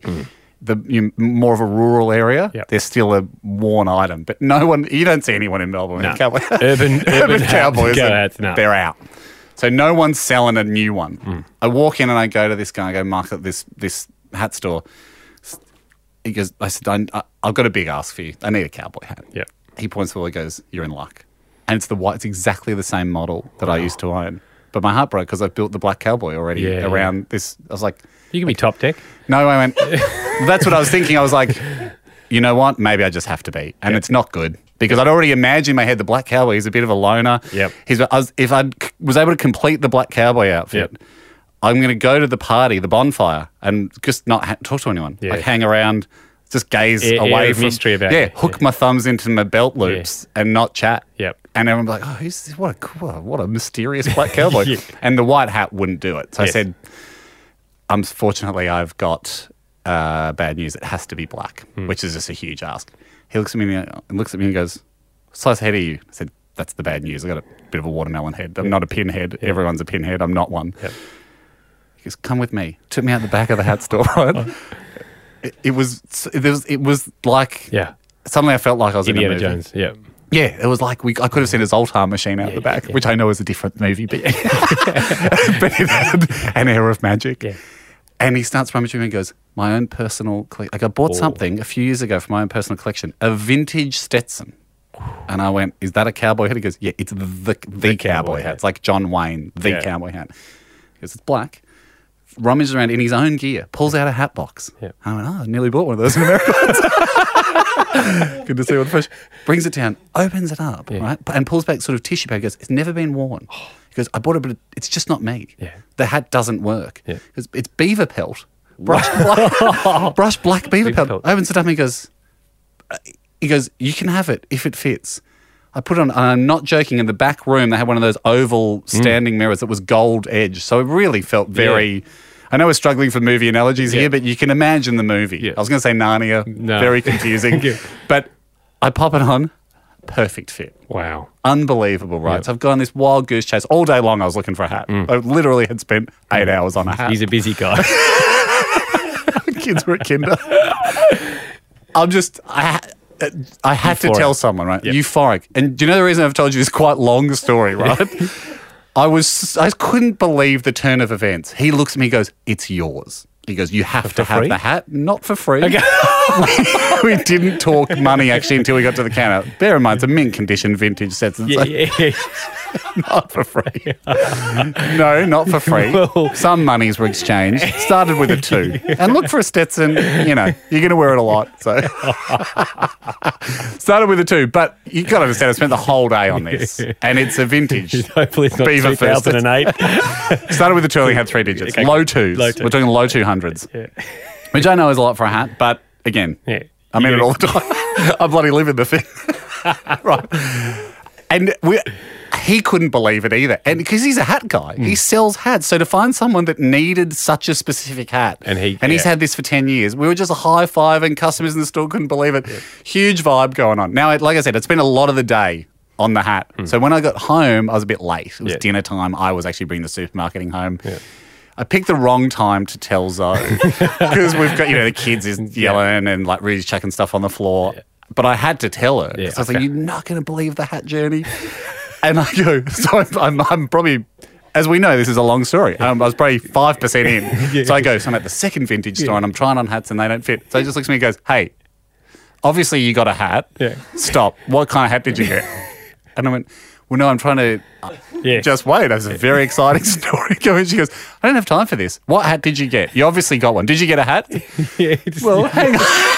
Speaker 4: the you, more of a rural area.
Speaker 3: Yep.
Speaker 4: There's still a worn item, but no one, you don't see anyone in Melbourne in
Speaker 3: No.
Speaker 4: a cowboy hat.
Speaker 3: Urban-
Speaker 4: [LAUGHS]
Speaker 3: urban hat-
Speaker 4: cowboys,
Speaker 3: go
Speaker 4: are-
Speaker 3: hats, no.
Speaker 4: they're out. So no one's selling a new one.
Speaker 3: Mm.
Speaker 4: I walk in and I go to this guy. I go, Mark, at this this hat store. He goes, I said, I, I- I've got a big ask for you. I need a cowboy hat.
Speaker 3: Yep.
Speaker 4: He points forward. He goes, "You're in luck." And it's the white. It's exactly the same model that I used to own. But my heart broke because I built the black cowboy already
Speaker 3: Yeah,
Speaker 4: around this. I was like,
Speaker 3: You can be top deck.
Speaker 4: no, I went. well, that's what I was thinking. I was like, you know what? Maybe I just have to be, and it's not good because I'd already imagined in my head the black cowboy. He's a bit of a loner.
Speaker 3: Yep.
Speaker 4: He's. I was, if I was able to complete the black cowboy outfit,
Speaker 3: Yep.
Speaker 4: I'm going to go to the party, the bonfire, and just not ha- talk to anyone.
Speaker 3: Yeah.
Speaker 4: Like hang around, just gaze
Speaker 3: Air-
Speaker 4: away
Speaker 3: air of
Speaker 4: from
Speaker 3: mystery about
Speaker 4: Yeah.
Speaker 3: it.
Speaker 4: Hook my thumbs into my belt loops and not chat.
Speaker 3: Yep.
Speaker 4: And everyone's like, oh, who's this? What a what a, what a mysterious
Speaker 3: [LAUGHS]
Speaker 4: black cowboy.
Speaker 3: Yeah.
Speaker 4: And the white hat wouldn't do it. So I
Speaker 3: Yes.
Speaker 4: said, unfortunately, I've got uh, bad news. It has to be black,
Speaker 3: Hmm.
Speaker 4: which is just a huge ask. He looks at me and he- and looks at me and goes, "What "Size head are you?" I said, "That's the bad news. I got a bit of a watermelon head. I'm not a pinhead. Everyone's a pinhead. I'm not one."
Speaker 3: Yep.
Speaker 4: He goes, "Come with me." Took me out the back of the hat store. [LAUGHS]
Speaker 3: [LAUGHS]
Speaker 4: Right? it, it was it was it was like
Speaker 3: Yeah.
Speaker 4: Suddenly, I felt like I was in a
Speaker 3: Indiana
Speaker 4: movie.
Speaker 3: Jones. Yeah.
Speaker 4: Yeah, it was like we, I could have seen a Zoltar machine out the back, which I know is a different movie, but, [LAUGHS] but it had an air of magic.
Speaker 3: Yeah.
Speaker 4: And he starts rummaging and goes, My own personal collection. Like, I
Speaker 3: Oh.
Speaker 4: bought something a few years ago for my own personal collection, a vintage Stetson. And I went, Is that a cowboy hat? He goes, Yeah, it's the, the, cowboy,
Speaker 3: cowboy
Speaker 4: hat.
Speaker 3: hat.
Speaker 4: It's like John Wayne, the
Speaker 3: Yeah.
Speaker 4: cowboy hat. He goes, It's black. Rummages around in his own gear, pulls out a hat box.
Speaker 3: Yeah.
Speaker 4: I went, Oh, I nearly bought one of those in America. [LAUGHS] Good to see what fresh. Brings it down, opens it up, right? And pulls back sort of tissue paper. Goes, it's never been worn. He goes, I bought it, but it- it's just not me.
Speaker 3: Yeah.
Speaker 4: The hat doesn't work.
Speaker 3: Yeah.
Speaker 4: It's, it's beaver pelt. Brush black, brush black beaver,
Speaker 3: Beaver
Speaker 4: pelt.
Speaker 3: pelt.
Speaker 4: Opens it up and he goes, uh, he goes, you can have it if it fits. I put it on, and I'm not joking, in the back room, they had one of those
Speaker 3: Mm.
Speaker 4: oval standing mirrors that was gold edge. So it really felt very. I know we're struggling for movie analogies
Speaker 3: Yeah.
Speaker 4: here, but you can imagine the movie.
Speaker 3: Yeah.
Speaker 4: I was going to say Narnia,
Speaker 3: No.
Speaker 4: very confusing.
Speaker 3: [LAUGHS] Yeah.
Speaker 4: But I pop it on, perfect fit.
Speaker 3: Wow.
Speaker 4: Unbelievable, right? So I've gone this wild goose chase all day long. I was looking for a hat.
Speaker 3: Mm.
Speaker 4: I literally had spent eight hours on a hat.
Speaker 3: He's a busy
Speaker 4: [LAUGHS]
Speaker 3: guy. [LAUGHS]
Speaker 4: Kids were at kinder. I'm just, I, ha- I had to
Speaker 3: Euphoric.
Speaker 4: tell someone, right? Euphoric. And do you know the reason I've told you this quite long story, right? I was, I couldn't believe the turn of events. He looks at me, and goes, "It's yours." He goes, you have to have
Speaker 3: free?
Speaker 4: the hat, not for free. [LAUGHS] we didn't talk money actually until we got to the counter. Bear in mind, it's a mint condition vintage set. so it's
Speaker 3: Yeah,
Speaker 4: like,
Speaker 3: yeah, yeah.
Speaker 4: Not for free. [LAUGHS] no, not for free.
Speaker 3: Well-
Speaker 4: Some monies were exchanged. Started with a two. And look for a Stetson, you know, you're going to wear it a lot. So [LAUGHS] started with a two, but you got to understand, I spent the whole day on this. And it's a vintage.
Speaker 3: Hopefully it's not
Speaker 4: Beaver first.
Speaker 3: 2008.
Speaker 4: Started with a two and had three digits.
Speaker 3: Okay.
Speaker 4: Low twos.
Speaker 3: Low two.
Speaker 4: We're talking low 200s,
Speaker 3: yeah.
Speaker 4: which I know is a lot for a hat, but again,
Speaker 3: Yeah.
Speaker 4: I'm in
Speaker 3: You
Speaker 4: it
Speaker 3: get-
Speaker 4: all the time. [LAUGHS] I bloody live in the thing. [LAUGHS] right. And we, he couldn't believe it either. And because he's a hat guy,
Speaker 3: Hmm.
Speaker 4: he sells hats. So to find someone that needed such a specific hat,
Speaker 3: And he-
Speaker 4: and he's
Speaker 3: yeah.
Speaker 4: had this for 10 years, we were just high fiving. Customers in the store couldn't believe it. Huge vibe going on. Now, it- like I said, it's been a lot of the day on the hat. So when I got home, I was a bit late. It was
Speaker 3: Hmm. Yeah.
Speaker 4: dinner time. I was actually bringing the supermarketing home. I picked the wrong time to
Speaker 3: [LAUGHS]
Speaker 4: tell Zoe because we've got, you know, the kids is yelling and like Rudy's chucking stuff on the floor. But I had to tell her.
Speaker 3: Yeah,
Speaker 4: 'cause I was
Speaker 3: okay.
Speaker 4: like, you're not going to believe the hat journey. and I go, [LAUGHS] so I'm, I'm, I'm probably, as we know, this is a long story. Um, I was probably 5%
Speaker 3: [LAUGHS]
Speaker 4: in. So I go, so I'm at the second vintage store and I'm trying on hats and they don't fit. So he just looks at me and goes, hey, obviously you got a hat.
Speaker 3: Yeah.
Speaker 4: Stop. What kind of hat did
Speaker 3: [LAUGHS]
Speaker 4: you get? and I went, well, no, I'm trying to
Speaker 3: [LAUGHS] Yeah.
Speaker 4: [LAUGHS] just wait. That was a very exciting [LAUGHS] story. And she goes, I don't have time for this. What hat did you get? You obviously got one. Did you get a hat?
Speaker 3: Yeah, just-
Speaker 4: [LAUGHS] Well, hang on.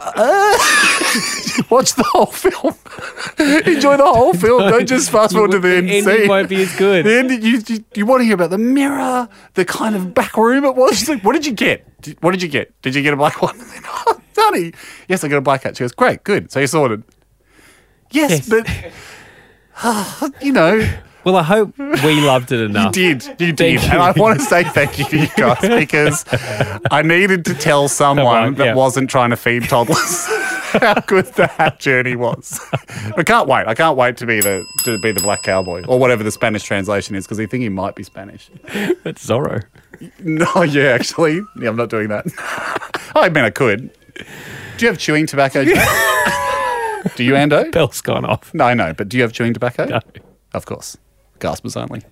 Speaker 4: Uh, [LAUGHS] Watch the whole film. [LAUGHS] Enjoy the whole film. Don't [LAUGHS] just fast forward to the end
Speaker 3: ending
Speaker 4: scene.
Speaker 3: won't be as good.
Speaker 4: The end, you, you, you want to hear about the mirror, the kind of back room it was. She's like, what did you get? Did- What did you get? Did you get a black [LAUGHS] one? And then, oh, Sonny. Yes, I got a black hat. She goes, great, good. So you sorted. Yes, but, [LAUGHS] [SIGHS] you know,
Speaker 3: Well, I hope we loved it enough.
Speaker 4: did. You did.
Speaker 3: you.
Speaker 4: And I want to say thank you to you
Speaker 3: [LAUGHS]
Speaker 4: guys because I needed to tell someone
Speaker 3: Someone,
Speaker 4: that
Speaker 3: yeah.
Speaker 4: wasn't trying to feed toddlers [LAUGHS] how good the hat journey was. I can't wait. I can't wait to be the to be the black cowboy or whatever the Spanish translation is because they think he might be Spanish. [LAUGHS]
Speaker 3: That's Zorro. [LAUGHS]
Speaker 4: No, yeah, actually. Yeah, I'm not doing that. [LAUGHS] I mean, I could. Do you have
Speaker 3: [LAUGHS]
Speaker 4: chewing tobacco? Jack? do you, Ando?
Speaker 3: Bell's gone off.
Speaker 4: No, I know, but do you have chewing tobacco? Of course. Gaspers only.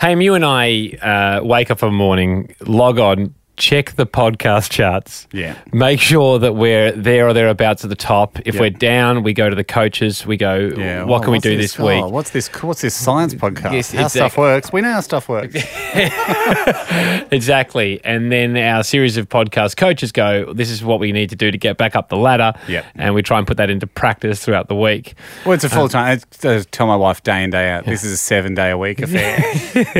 Speaker 3: Hey, you and I uh, wake up in the morning, log on, check the podcast charts.
Speaker 4: Yeah.
Speaker 3: Make sure that we're there or thereabouts at the top. If
Speaker 4: Yeah.
Speaker 3: we're down, we go to the coaches. We go,
Speaker 4: Yeah,
Speaker 3: what
Speaker 4: oh,
Speaker 3: can we
Speaker 4: what's
Speaker 3: do this,
Speaker 4: oh,
Speaker 3: week? Mm,
Speaker 4: what's this? What's this science podcast?
Speaker 3: Yes,
Speaker 4: how stuff
Speaker 3: exactly.
Speaker 4: works. We know how
Speaker 3: [LAUGHS]
Speaker 4: stuff works.
Speaker 3: Exactly. And then our series of podcast coaches go, this is what we need to do to get back up the ladder.
Speaker 4: Yep.
Speaker 3: And we try and put that into practice throughout the week.
Speaker 4: Well, it's a
Speaker 3: Um,
Speaker 4: full time. I I tell my wife day in day out. This is a seven day a
Speaker 3: [LAUGHS]
Speaker 4: week affair.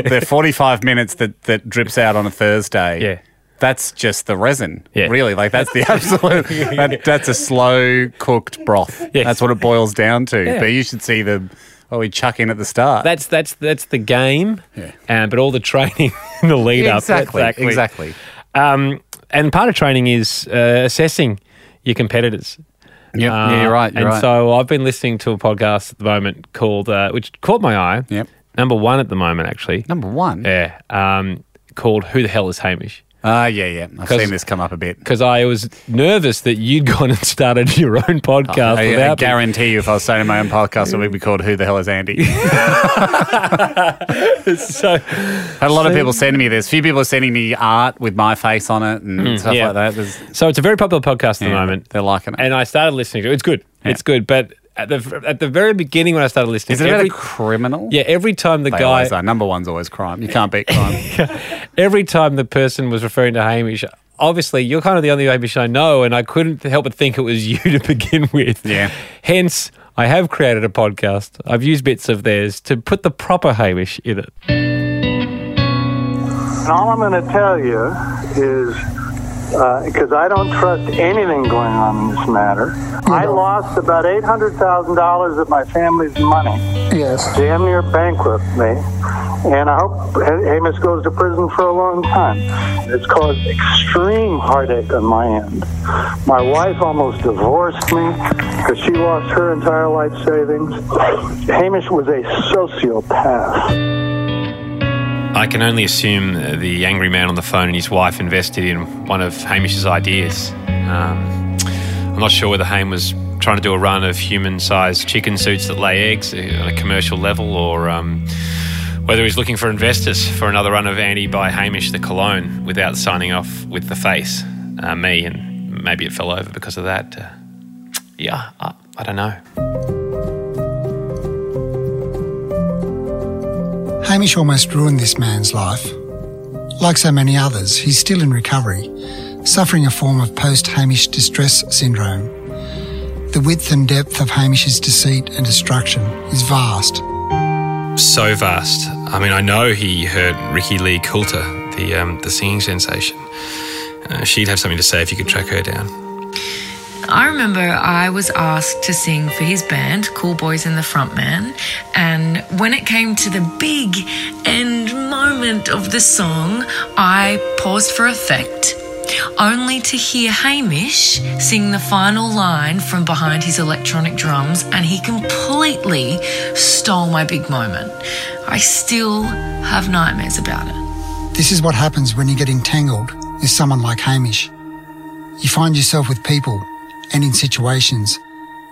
Speaker 4: the forty five minutes that that drips out on a Thursday.
Speaker 3: Yeah.
Speaker 4: That's just the resin,
Speaker 3: Yeah.
Speaker 4: really. Like
Speaker 3: [LAUGHS]
Speaker 4: that's the absolute. that, that's a slow cooked broth.
Speaker 3: Yes.
Speaker 4: That's what it boils down to.
Speaker 3: Yeah.
Speaker 4: But you should see the what we chuck in at the start.
Speaker 3: That's that's that's the game. Yeah. Um, but all the training [LAUGHS] and the lead
Speaker 4: exactly,
Speaker 3: up.
Speaker 4: exactly, exactly.
Speaker 3: Um, and part of training is uh, assessing your competitors.
Speaker 4: Yep.
Speaker 3: Uh,
Speaker 4: yeah, you're right. You're
Speaker 3: and
Speaker 4: right.
Speaker 3: so I've been listening to a podcast at the moment called, uh, which caught my eye.
Speaker 4: Yep.
Speaker 3: Number one at the moment, actually.
Speaker 4: number one.
Speaker 3: Yeah. Um, called Who the Hell is Hamish?
Speaker 4: Ah, yeah, yeah. I've
Speaker 3: 'Cause-
Speaker 4: seen this come up a bit.
Speaker 3: Because I was nervous that you'd [LAUGHS] gone and started your own podcast
Speaker 4: I, I
Speaker 3: without me.
Speaker 4: guarantee you, if I was starting my own podcast, it would be called "Who the Hell Is Andy." [LAUGHS] Had
Speaker 3: So
Speaker 4: a lot of people send me this. A few people are sending me art with my face on it and stuff
Speaker 3: Mm, yeah.
Speaker 4: like that. There's,
Speaker 3: So it's a very popular podcast at the
Speaker 4: Yeah,
Speaker 3: moment.
Speaker 4: they're liking it.
Speaker 3: and I started listening to it. It's good.
Speaker 4: Yeah.
Speaker 3: It's good, but at the at the very beginning when I started listening,
Speaker 4: is it
Speaker 3: every,
Speaker 4: about a criminal?
Speaker 3: yeah, every time the
Speaker 4: they
Speaker 3: guy,
Speaker 4: always are. Number one's always crime. You can't
Speaker 3: [LAUGHS]
Speaker 4: beat crime.
Speaker 3: every time the person was referring to Hamish. Obviously, you're kind of the only Hamish I know, and I couldn't help but think it was [LAUGHS] you to begin with.
Speaker 4: Yeah.
Speaker 3: Hence, I have created a podcast. I've used bits of theirs to put the proper Hamish in it.
Speaker 8: And all I'm going to tell you is because Uh, I don't trust anything going on in this matter. I lost about $800,000 of my family's money. Yes. Damn near bankrupt me. And I hope Ha- Amos goes to prison for a long time. It's caused extreme heartache on my end. My wife almost divorced me because she lost her entire life savings. Hamish was a sociopath.
Speaker 3: I can only assume uh, the angry man on the phone and his wife invested in one of Hamish's ideas. Um, I'm not sure whether Ham was trying to do a run of human-sized chicken suits that lay eggs uh, on a commercial level, or um, whether he's looking for investors for another run of Andy by Hamish the Cologne without signing off with the face, uh, me, and maybe it fell over because of that. Uh, yeah, I, I don't know.
Speaker 9: Hamish almost ruined this man's life. Like so many others, he's still in recovery, suffering a form of post Hamish distress syndrome. The width and depth of Hamish's deceit and destruction is vast.
Speaker 3: so vast. I mean, I know he hurt Ricky Lee Coulter, the um, the singing sensation. Uh, she'd have something to say if you could track her down.
Speaker 10: I remember I was asked to sing for his band, Cool Boys and the Frontman, and when it came to the big end moment of the song, I paused for effect, only to hear Hamish sing the final line from behind his electronic drums, and he completely stole my big moment. I still have nightmares about it.
Speaker 9: This is what happens when you get entangled with someone like Hamish. You find yourself with people and in situations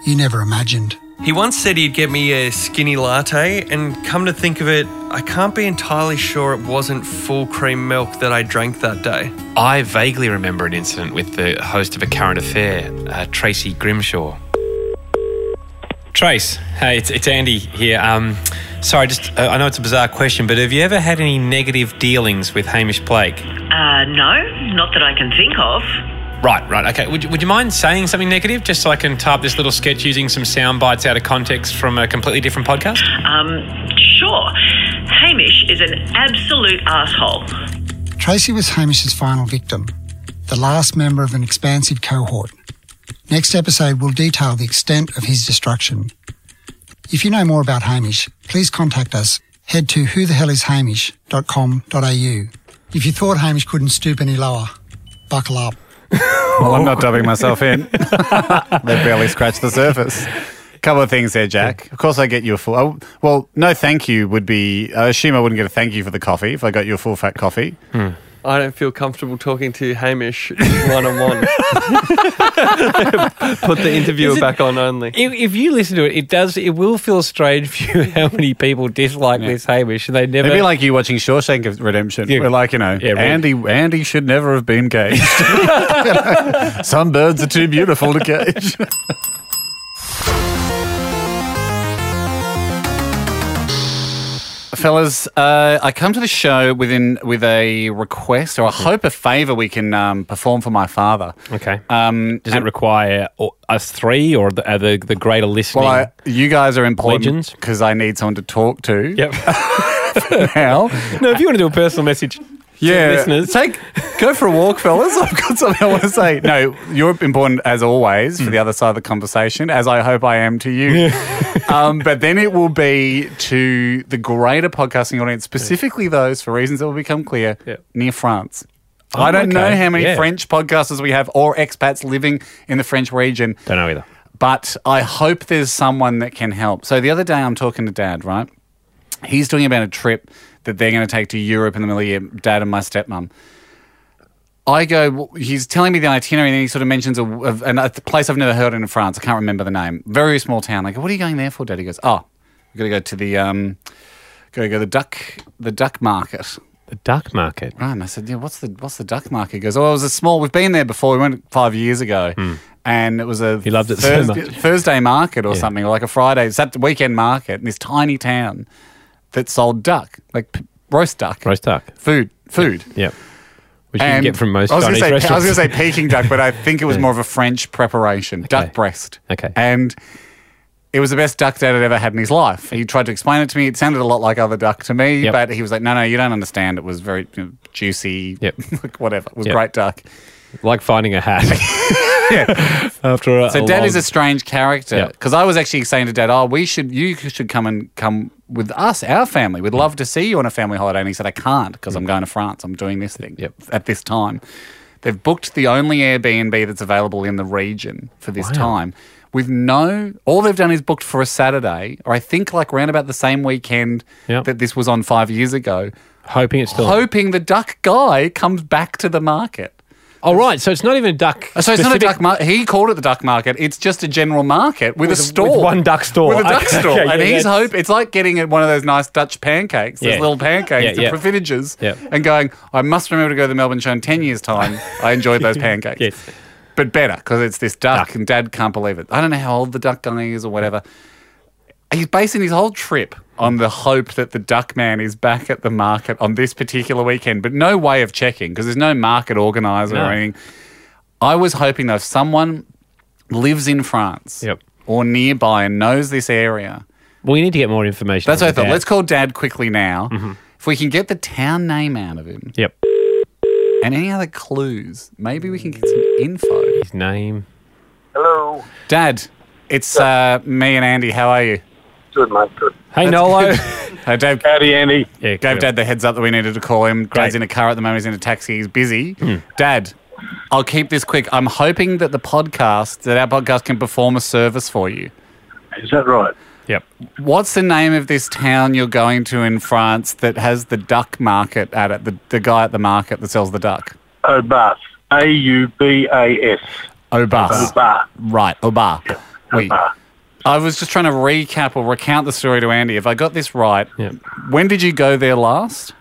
Speaker 9: you never imagined.
Speaker 6: He once said he'd get me a skinny latte, and come to think of it, I can't be entirely sure it wasn't full cream milk that I drank that day.
Speaker 3: I vaguely remember an incident with the host of A Current Affair, uh, Tracy Grimshaw. Trace, hey, it's, it's Andy here. Um, sorry, just uh, I know it's a bizarre question, but have you ever had any negative dealings with Hamish Blake?
Speaker 11: Uh, no, not that I can think of.
Speaker 3: Right, right, okay. Would, you- would you mind saying something negative just so I can type this little sketch using some sound bites out of context from a completely different podcast?
Speaker 11: Um, sure. Hamish is an absolute asshole.
Speaker 9: Tracy was Hamish's final victim, the last member of an expansive cohort. Next episode will detail the extent of his destruction. If you know more about Hamish, please contact us. Head to whothehellishamish.com.au. If you thought Hamish couldn't stoop any lower, buckle up.
Speaker 4: Well, I'm not dubbing myself in.
Speaker 3: [LAUGHS]
Speaker 4: they barely scratched the surface. Couple of things there, Jack. Of course, I get you a full. Oh, well, no, thank you would be. I assume I wouldn't get a thank you for the coffee if I got you a full fat coffee.
Speaker 6: I don't feel comfortable talking to Hamish one on [LAUGHS] one. Put the interviewer back on only.
Speaker 3: If, if you listen to it, it does. It will feel strange for you how many people dislike this Hamish, and they never.
Speaker 4: It'd be like you watching Shawshank Redemption.
Speaker 3: Yeah.
Speaker 4: We're like, you know,
Speaker 3: Yeah, really.
Speaker 4: Andy. Andy should never have
Speaker 3: [LAUGHS]
Speaker 4: been caged. Some birds are too beautiful to cage. Fellas, uh, I come to the show within with a request or I hope a favour we can um, perform for my father.
Speaker 3: Mm-hmm. okay.
Speaker 4: Um,
Speaker 3: Does it require o- us three or the, uh, the the greater listening?
Speaker 4: well, I, you guys are important
Speaker 3: Legends?
Speaker 4: because I need someone to talk to
Speaker 3: yep. [LAUGHS]
Speaker 4: now.
Speaker 3: no, if you want to do a personal message,
Speaker 4: yeah,
Speaker 3: listeners.
Speaker 4: Take go for a walk, fellas. I've got something I want to say. No, you're important as always
Speaker 3: Mm.
Speaker 4: for the other side of the conversation, as I hope I am to you. [LAUGHS] um, but then it will be to the greater podcasting audience, specifically those for reasons that will become clear
Speaker 3: Yeah. Oh,
Speaker 4: near France. I don't
Speaker 3: okay.
Speaker 4: know how many
Speaker 3: Yeah.
Speaker 4: French podcasters we have or expats living in the French region
Speaker 3: don't know either.
Speaker 4: but I hope there's someone that can help. So the other day, I'm talking to Dad, right? He's talking about a trip that they're going to take to Europe in the middle of the year, Dad and my stepmom. I go, well, he's telling me the itinerary, and then he sort of mentions a, of- an- a place I've never heard in France. I can't remember the name. Very small town. I go, what are you going there for, Dad? He goes, oh, we're going to go to the, um, going to go to the duck, the duck market.
Speaker 3: The duck market.
Speaker 4: Right. And I said, Yeah, what's the what's the duck market? He goes, Oh, it was a small we've been there before. We went five years ago. And it was a
Speaker 3: Hmm. He loved it so
Speaker 4: Thursday,
Speaker 3: much.
Speaker 4: Thursday market or something, or like a Friday, Saturday weekend market in this tiny town that sold duck, like p- roast duck.
Speaker 3: Roast duck.
Speaker 4: Food. Food.
Speaker 3: Yep. Which you can get from most
Speaker 4: I was
Speaker 3: Chinese
Speaker 4: gonna say, I was
Speaker 3: restaurants.
Speaker 4: going to say Peking duck, but I think it was more of a French preparation, duck
Speaker 3: Okay.
Speaker 4: breast.
Speaker 3: Okay.
Speaker 4: And it was the best duck dad had ever had in his life. He tried to explain it to me. It sounded a lot like other duck to me,
Speaker 3: Yep.
Speaker 4: but he was like, no, no, you don't understand. It was very you know, juicy,
Speaker 3: Yep.
Speaker 4: [LAUGHS] like, whatever. It was
Speaker 3: Yep.
Speaker 4: great duck.
Speaker 3: [LAUGHS] like finding a
Speaker 4: [LAUGHS]
Speaker 3: hat. After a,
Speaker 4: So
Speaker 3: a
Speaker 4: dad
Speaker 3: long-
Speaker 4: is a strange character
Speaker 3: Yep.
Speaker 4: because I was actually saying to dad, oh, we should, you should come and come with us, our family. We'd love to see you on a family holiday. And he said, I can't because I'm going to France. I'm doing this thing
Speaker 3: Yep.
Speaker 4: at this time. They've booked the only Airbnb that's available in the region for this time with no, all they've done is booked for a Saturday or I think like around about the same weekend
Speaker 3: Yep.
Speaker 4: that this was on five years ago
Speaker 3: hoping it's still
Speaker 4: hoping the duck guy comes back to the market.
Speaker 12: All right, so it's not even a duck.
Speaker 4: Oh, Uh, So it's not a
Speaker 12: specific-
Speaker 4: duck market. He called it the duck market. It's just a general market with,
Speaker 12: With
Speaker 4: a
Speaker 12: a-
Speaker 4: store,
Speaker 12: with one duck store.
Speaker 4: with
Speaker 12: [LAUGHS]
Speaker 4: a duck
Speaker 12: Okay,
Speaker 4: store.
Speaker 12: yeah,
Speaker 4: and
Speaker 12: yeah,
Speaker 4: he's
Speaker 12: that's-
Speaker 4: hope it's like getting at one of those nice Dutch pancakes, those
Speaker 12: Yeah.
Speaker 4: little pancakes,
Speaker 12: Yeah, yeah.
Speaker 4: the provinages,
Speaker 12: Yeah.
Speaker 4: and going. I must remember to go to the Melbourne show in ten years' time. I
Speaker 12: [LAUGHS]
Speaker 4: enjoyed those pancakes.
Speaker 12: Yes.
Speaker 4: But better because it's this duck, and Dad can't believe it. I don't know how old the duck guy is or whatever. He's basing his whole trip on the hope that the duck man is back at the market on this particular weekend, but no way of checking because there's no market organizer
Speaker 12: No.
Speaker 4: or anything. I was hoping though, if someone lives in France
Speaker 12: Yep.
Speaker 4: or nearby and knows this area,
Speaker 12: We need to get more information.
Speaker 4: that's
Speaker 12: on
Speaker 4: what I thought.
Speaker 12: that.
Speaker 4: Let's call Dad quickly now. If we can get the town name out of him
Speaker 12: Yep.
Speaker 4: and any other clues, maybe we can get some info.
Speaker 12: His name.
Speaker 8: Hello.
Speaker 4: Dad, it's uh, me and Andy. How are you?
Speaker 8: Good, mate. Good.
Speaker 12: Hey,
Speaker 4: [LAUGHS]
Speaker 12: Nolo.
Speaker 4: Uh, Dave
Speaker 8: Howdy, Andy.
Speaker 12: yeah,
Speaker 4: gave Dad the heads up that we needed to call him.
Speaker 12: Great.
Speaker 4: Dad's in a car at the moment. He's in a taxi. He's busy. Dad, I'll keep this quick. I'm hoping that the podcast, that our podcast can perform a service for you.
Speaker 8: Is that right?
Speaker 12: Yep.
Speaker 4: What's the name of this town you're going to in France that has the duck market at it? The, the guy at the market that sells the duck.
Speaker 8: Obas. A U B A S.
Speaker 4: Obas.
Speaker 8: Obas.
Speaker 4: Right, Oba. Oui.
Speaker 8: Obas.
Speaker 4: I was just trying to recap or recount the story to Andy. If I got this right,
Speaker 12: Yep.
Speaker 4: when did you go there last?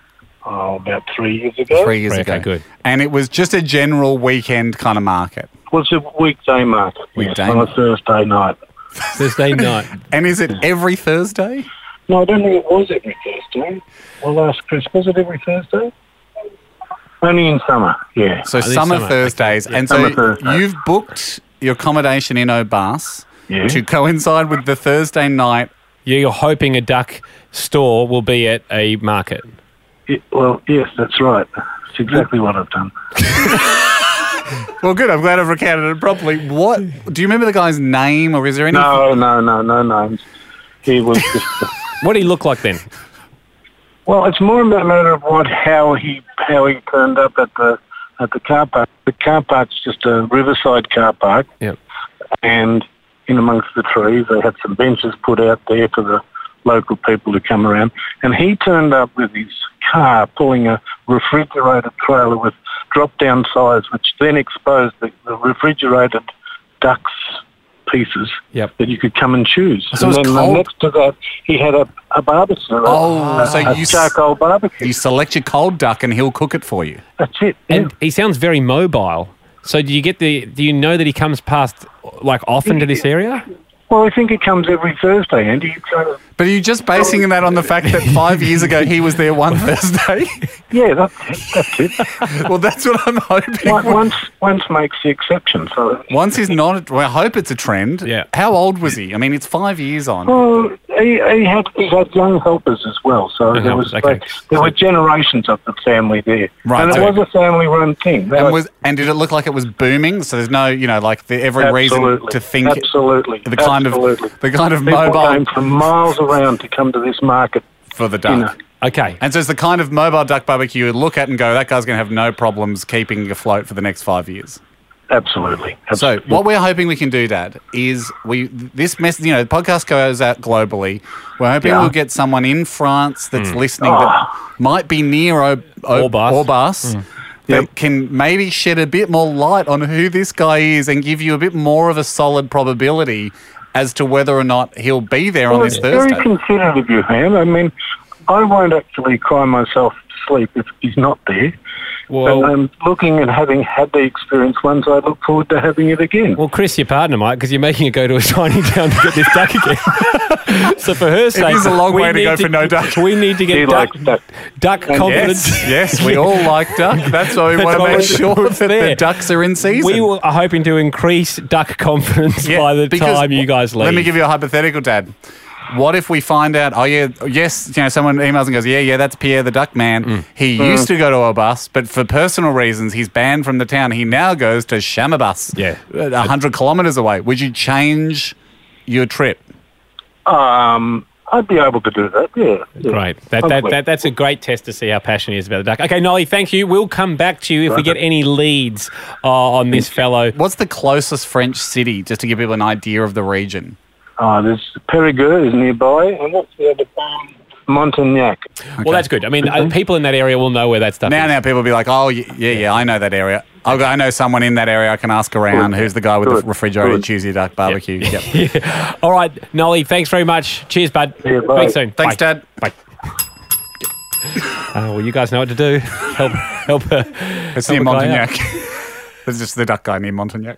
Speaker 8: Oh, about three years ago.
Speaker 4: Three years
Speaker 12: Right,
Speaker 4: ago.
Speaker 12: okay, good.
Speaker 4: And it was just a general weekend kind of market.
Speaker 8: Was a weekday market.
Speaker 4: Weekday
Speaker 8: Yes, on
Speaker 4: market.
Speaker 8: a Thursday night.
Speaker 12: Thursday night.
Speaker 4: And is
Speaker 8: Hmm.
Speaker 4: it every Thursday?
Speaker 8: No, I don't think it was every Thursday. Well, last Chris, was it every Thursday? Only in summer, yeah.
Speaker 4: So
Speaker 12: think
Speaker 4: summer,
Speaker 12: summer.
Speaker 4: Thursdays. And so
Speaker 8: Summer Thursdays.
Speaker 4: you've booked your accommodation in Obas
Speaker 8: Yeah.
Speaker 4: to coincide with the Thursday night.
Speaker 12: You're hoping a duck store will be at a market.
Speaker 8: It- well, yes, that's right. It's exactly what I've done.
Speaker 4: Well, good. I'm glad I've recounted it properly. What do you remember the guy's name, or is there any?
Speaker 8: No, no, no, no names. He was just.
Speaker 12: What do he look like then?
Speaker 8: well, it's more about matter of what how he how he turned up at the at the car park. The car park's just a riverside car park.
Speaker 12: Yep.
Speaker 8: and in amongst the trees they had some benches put out there for the local people to come around and he turned up with his car pulling a refrigerated trailer with drop down sides which then exposed the, the refrigerated ducks pieces
Speaker 12: Yep.
Speaker 8: that you could come and choose
Speaker 4: So
Speaker 8: and
Speaker 4: it was
Speaker 8: then
Speaker 4: cold?
Speaker 8: next to that he had a, a barbecue a-
Speaker 4: Oh,
Speaker 8: a,
Speaker 4: so
Speaker 8: a
Speaker 4: you s-
Speaker 8: charcoal barbecue
Speaker 4: You select your cold duck, and he'll cook it for you.
Speaker 8: that's it
Speaker 12: And he sounds very mobile. So do you get the? Do you know that he comes past like often to this area?
Speaker 8: well I think it comes every Thursday Andy you kind of
Speaker 4: But are you just basing that on the fact that five years ago he was
Speaker 12: [LAUGHS]
Speaker 4: there one Thursday? [LAUGHS]
Speaker 8: yeah that's it that's it
Speaker 4: well, that's what I'm
Speaker 8: One-
Speaker 4: hoping.
Speaker 8: once once makes the exception so
Speaker 4: Once he's not, well, I hope it's a trend.
Speaker 12: Yeah.
Speaker 4: How old was he? I mean, it's five years on.
Speaker 8: Well, he, he had he had young helpers as well, so there was
Speaker 12: helpers, okay.
Speaker 8: like, there were generations of the family there,
Speaker 4: Right,
Speaker 8: and it
Speaker 4: so-
Speaker 8: was a family-run thing. Now
Speaker 4: And
Speaker 8: it-
Speaker 4: was and did it look like it was booming? So there's no, you know, like the, every reason
Speaker 8: absolutely,
Speaker 4: to think
Speaker 8: absolutely
Speaker 4: the kind
Speaker 8: absolutely.
Speaker 4: of the kind of
Speaker 8: people
Speaker 4: mobile
Speaker 8: came from miles around to come to this market.
Speaker 4: for the duck.
Speaker 8: know.
Speaker 12: Okay.
Speaker 4: And so it's the kind of mobile duck barbecue you look at and go, that guy's going to have no problems keeping it afloat for the next five years.
Speaker 8: Absolutely.
Speaker 4: So
Speaker 8: absolutely.
Speaker 4: what we're hoping we can do, Dad, is we this message. You know, the podcast goes out globally. We're hoping
Speaker 8: Yeah.
Speaker 4: we'll get someone in France that's listening that might be near o- o-
Speaker 12: Orbas.
Speaker 4: Orbas That can maybe shed a bit more light on who this guy is and give you a bit more of a solid probability as to whether or not he'll be there
Speaker 8: Well,
Speaker 4: on this
Speaker 8: it's very
Speaker 4: Thursday.
Speaker 8: considerate of you, Ham. I mean, I won't actually cry myself to sleep if he's not there.
Speaker 12: Well-
Speaker 8: but I'm looking and having had the experience once. I look forward to having it again.
Speaker 12: Well, Chris, your partner, Mike, because you're making it go to a tiny town to get this duck again. [LAUGHS] so for her sake,
Speaker 4: is a long
Speaker 12: we
Speaker 4: way to
Speaker 12: need
Speaker 4: go for no duck.
Speaker 12: We need to
Speaker 8: he
Speaker 12: get duck,
Speaker 8: likes that.
Speaker 12: duck confidence.
Speaker 4: Yes, yes, we all like duck. That's why we
Speaker 12: That's
Speaker 4: want to
Speaker 12: why
Speaker 4: make
Speaker 12: we-
Speaker 4: sure
Speaker 12: it's
Speaker 4: that the
Speaker 12: there.
Speaker 4: ducks are in season.
Speaker 12: We were- are hoping to increase duck [LAUGHS] confidence
Speaker 4: Yeah,
Speaker 12: by the
Speaker 4: because-
Speaker 12: time you guys leave.
Speaker 4: Let me give you a hypothetical, Dad. What if we find out? Oh yeah, yes. You know, someone emails and goes, "Yeah, yeah, that's Pierre the Duck Man.
Speaker 12: Mm.
Speaker 4: He used to go to a bus, but for personal reasons, he's banned from the town. He now goes to Shamabus,
Speaker 12: Yeah.
Speaker 4: a hundred kilometers away. Would you change your trip?
Speaker 8: Um, I'd be able to do that. Yeah. yeah.
Speaker 12: Great. That, that,
Speaker 8: Hopefully.
Speaker 12: that, that's a great test to see how passionate he is about the duck. Okay, Nolly, thank you. We'll come back to you if we get any leads uh, on this fellow.
Speaker 4: What's the closest French city, just to give people an idea of the region?
Speaker 8: Uh, there's Perigueux is nearby, and what's the other um, Montagnac?
Speaker 12: Well, that's good. I mean, uh, people in that area will know where that stuff
Speaker 4: Mm-hmm.
Speaker 12: is.
Speaker 4: Now, now people will be like, "Oh, y- yeah, yeah, I know that area. I'll go, I know someone in that area. I can ask around. Who's the guy with the refrigerated Tuesday duck barbecue?
Speaker 12: [LAUGHS]
Speaker 4: Yep.
Speaker 3: All right, Nolly, thanks very much. Cheers, bud.
Speaker 4: bye.
Speaker 3: Speak soon.
Speaker 4: Thanks,
Speaker 3: Bye.
Speaker 4: Dad.
Speaker 12: [LAUGHS]
Speaker 3: Bye. Oh, well, you guys know what
Speaker 12: [LAUGHS]
Speaker 3: to do. help, help. Uh,
Speaker 4: It's
Speaker 3: help
Speaker 4: near
Speaker 3: a guy out.
Speaker 4: Montaignac. [LAUGHS] It's just the duck guy near Montaignac.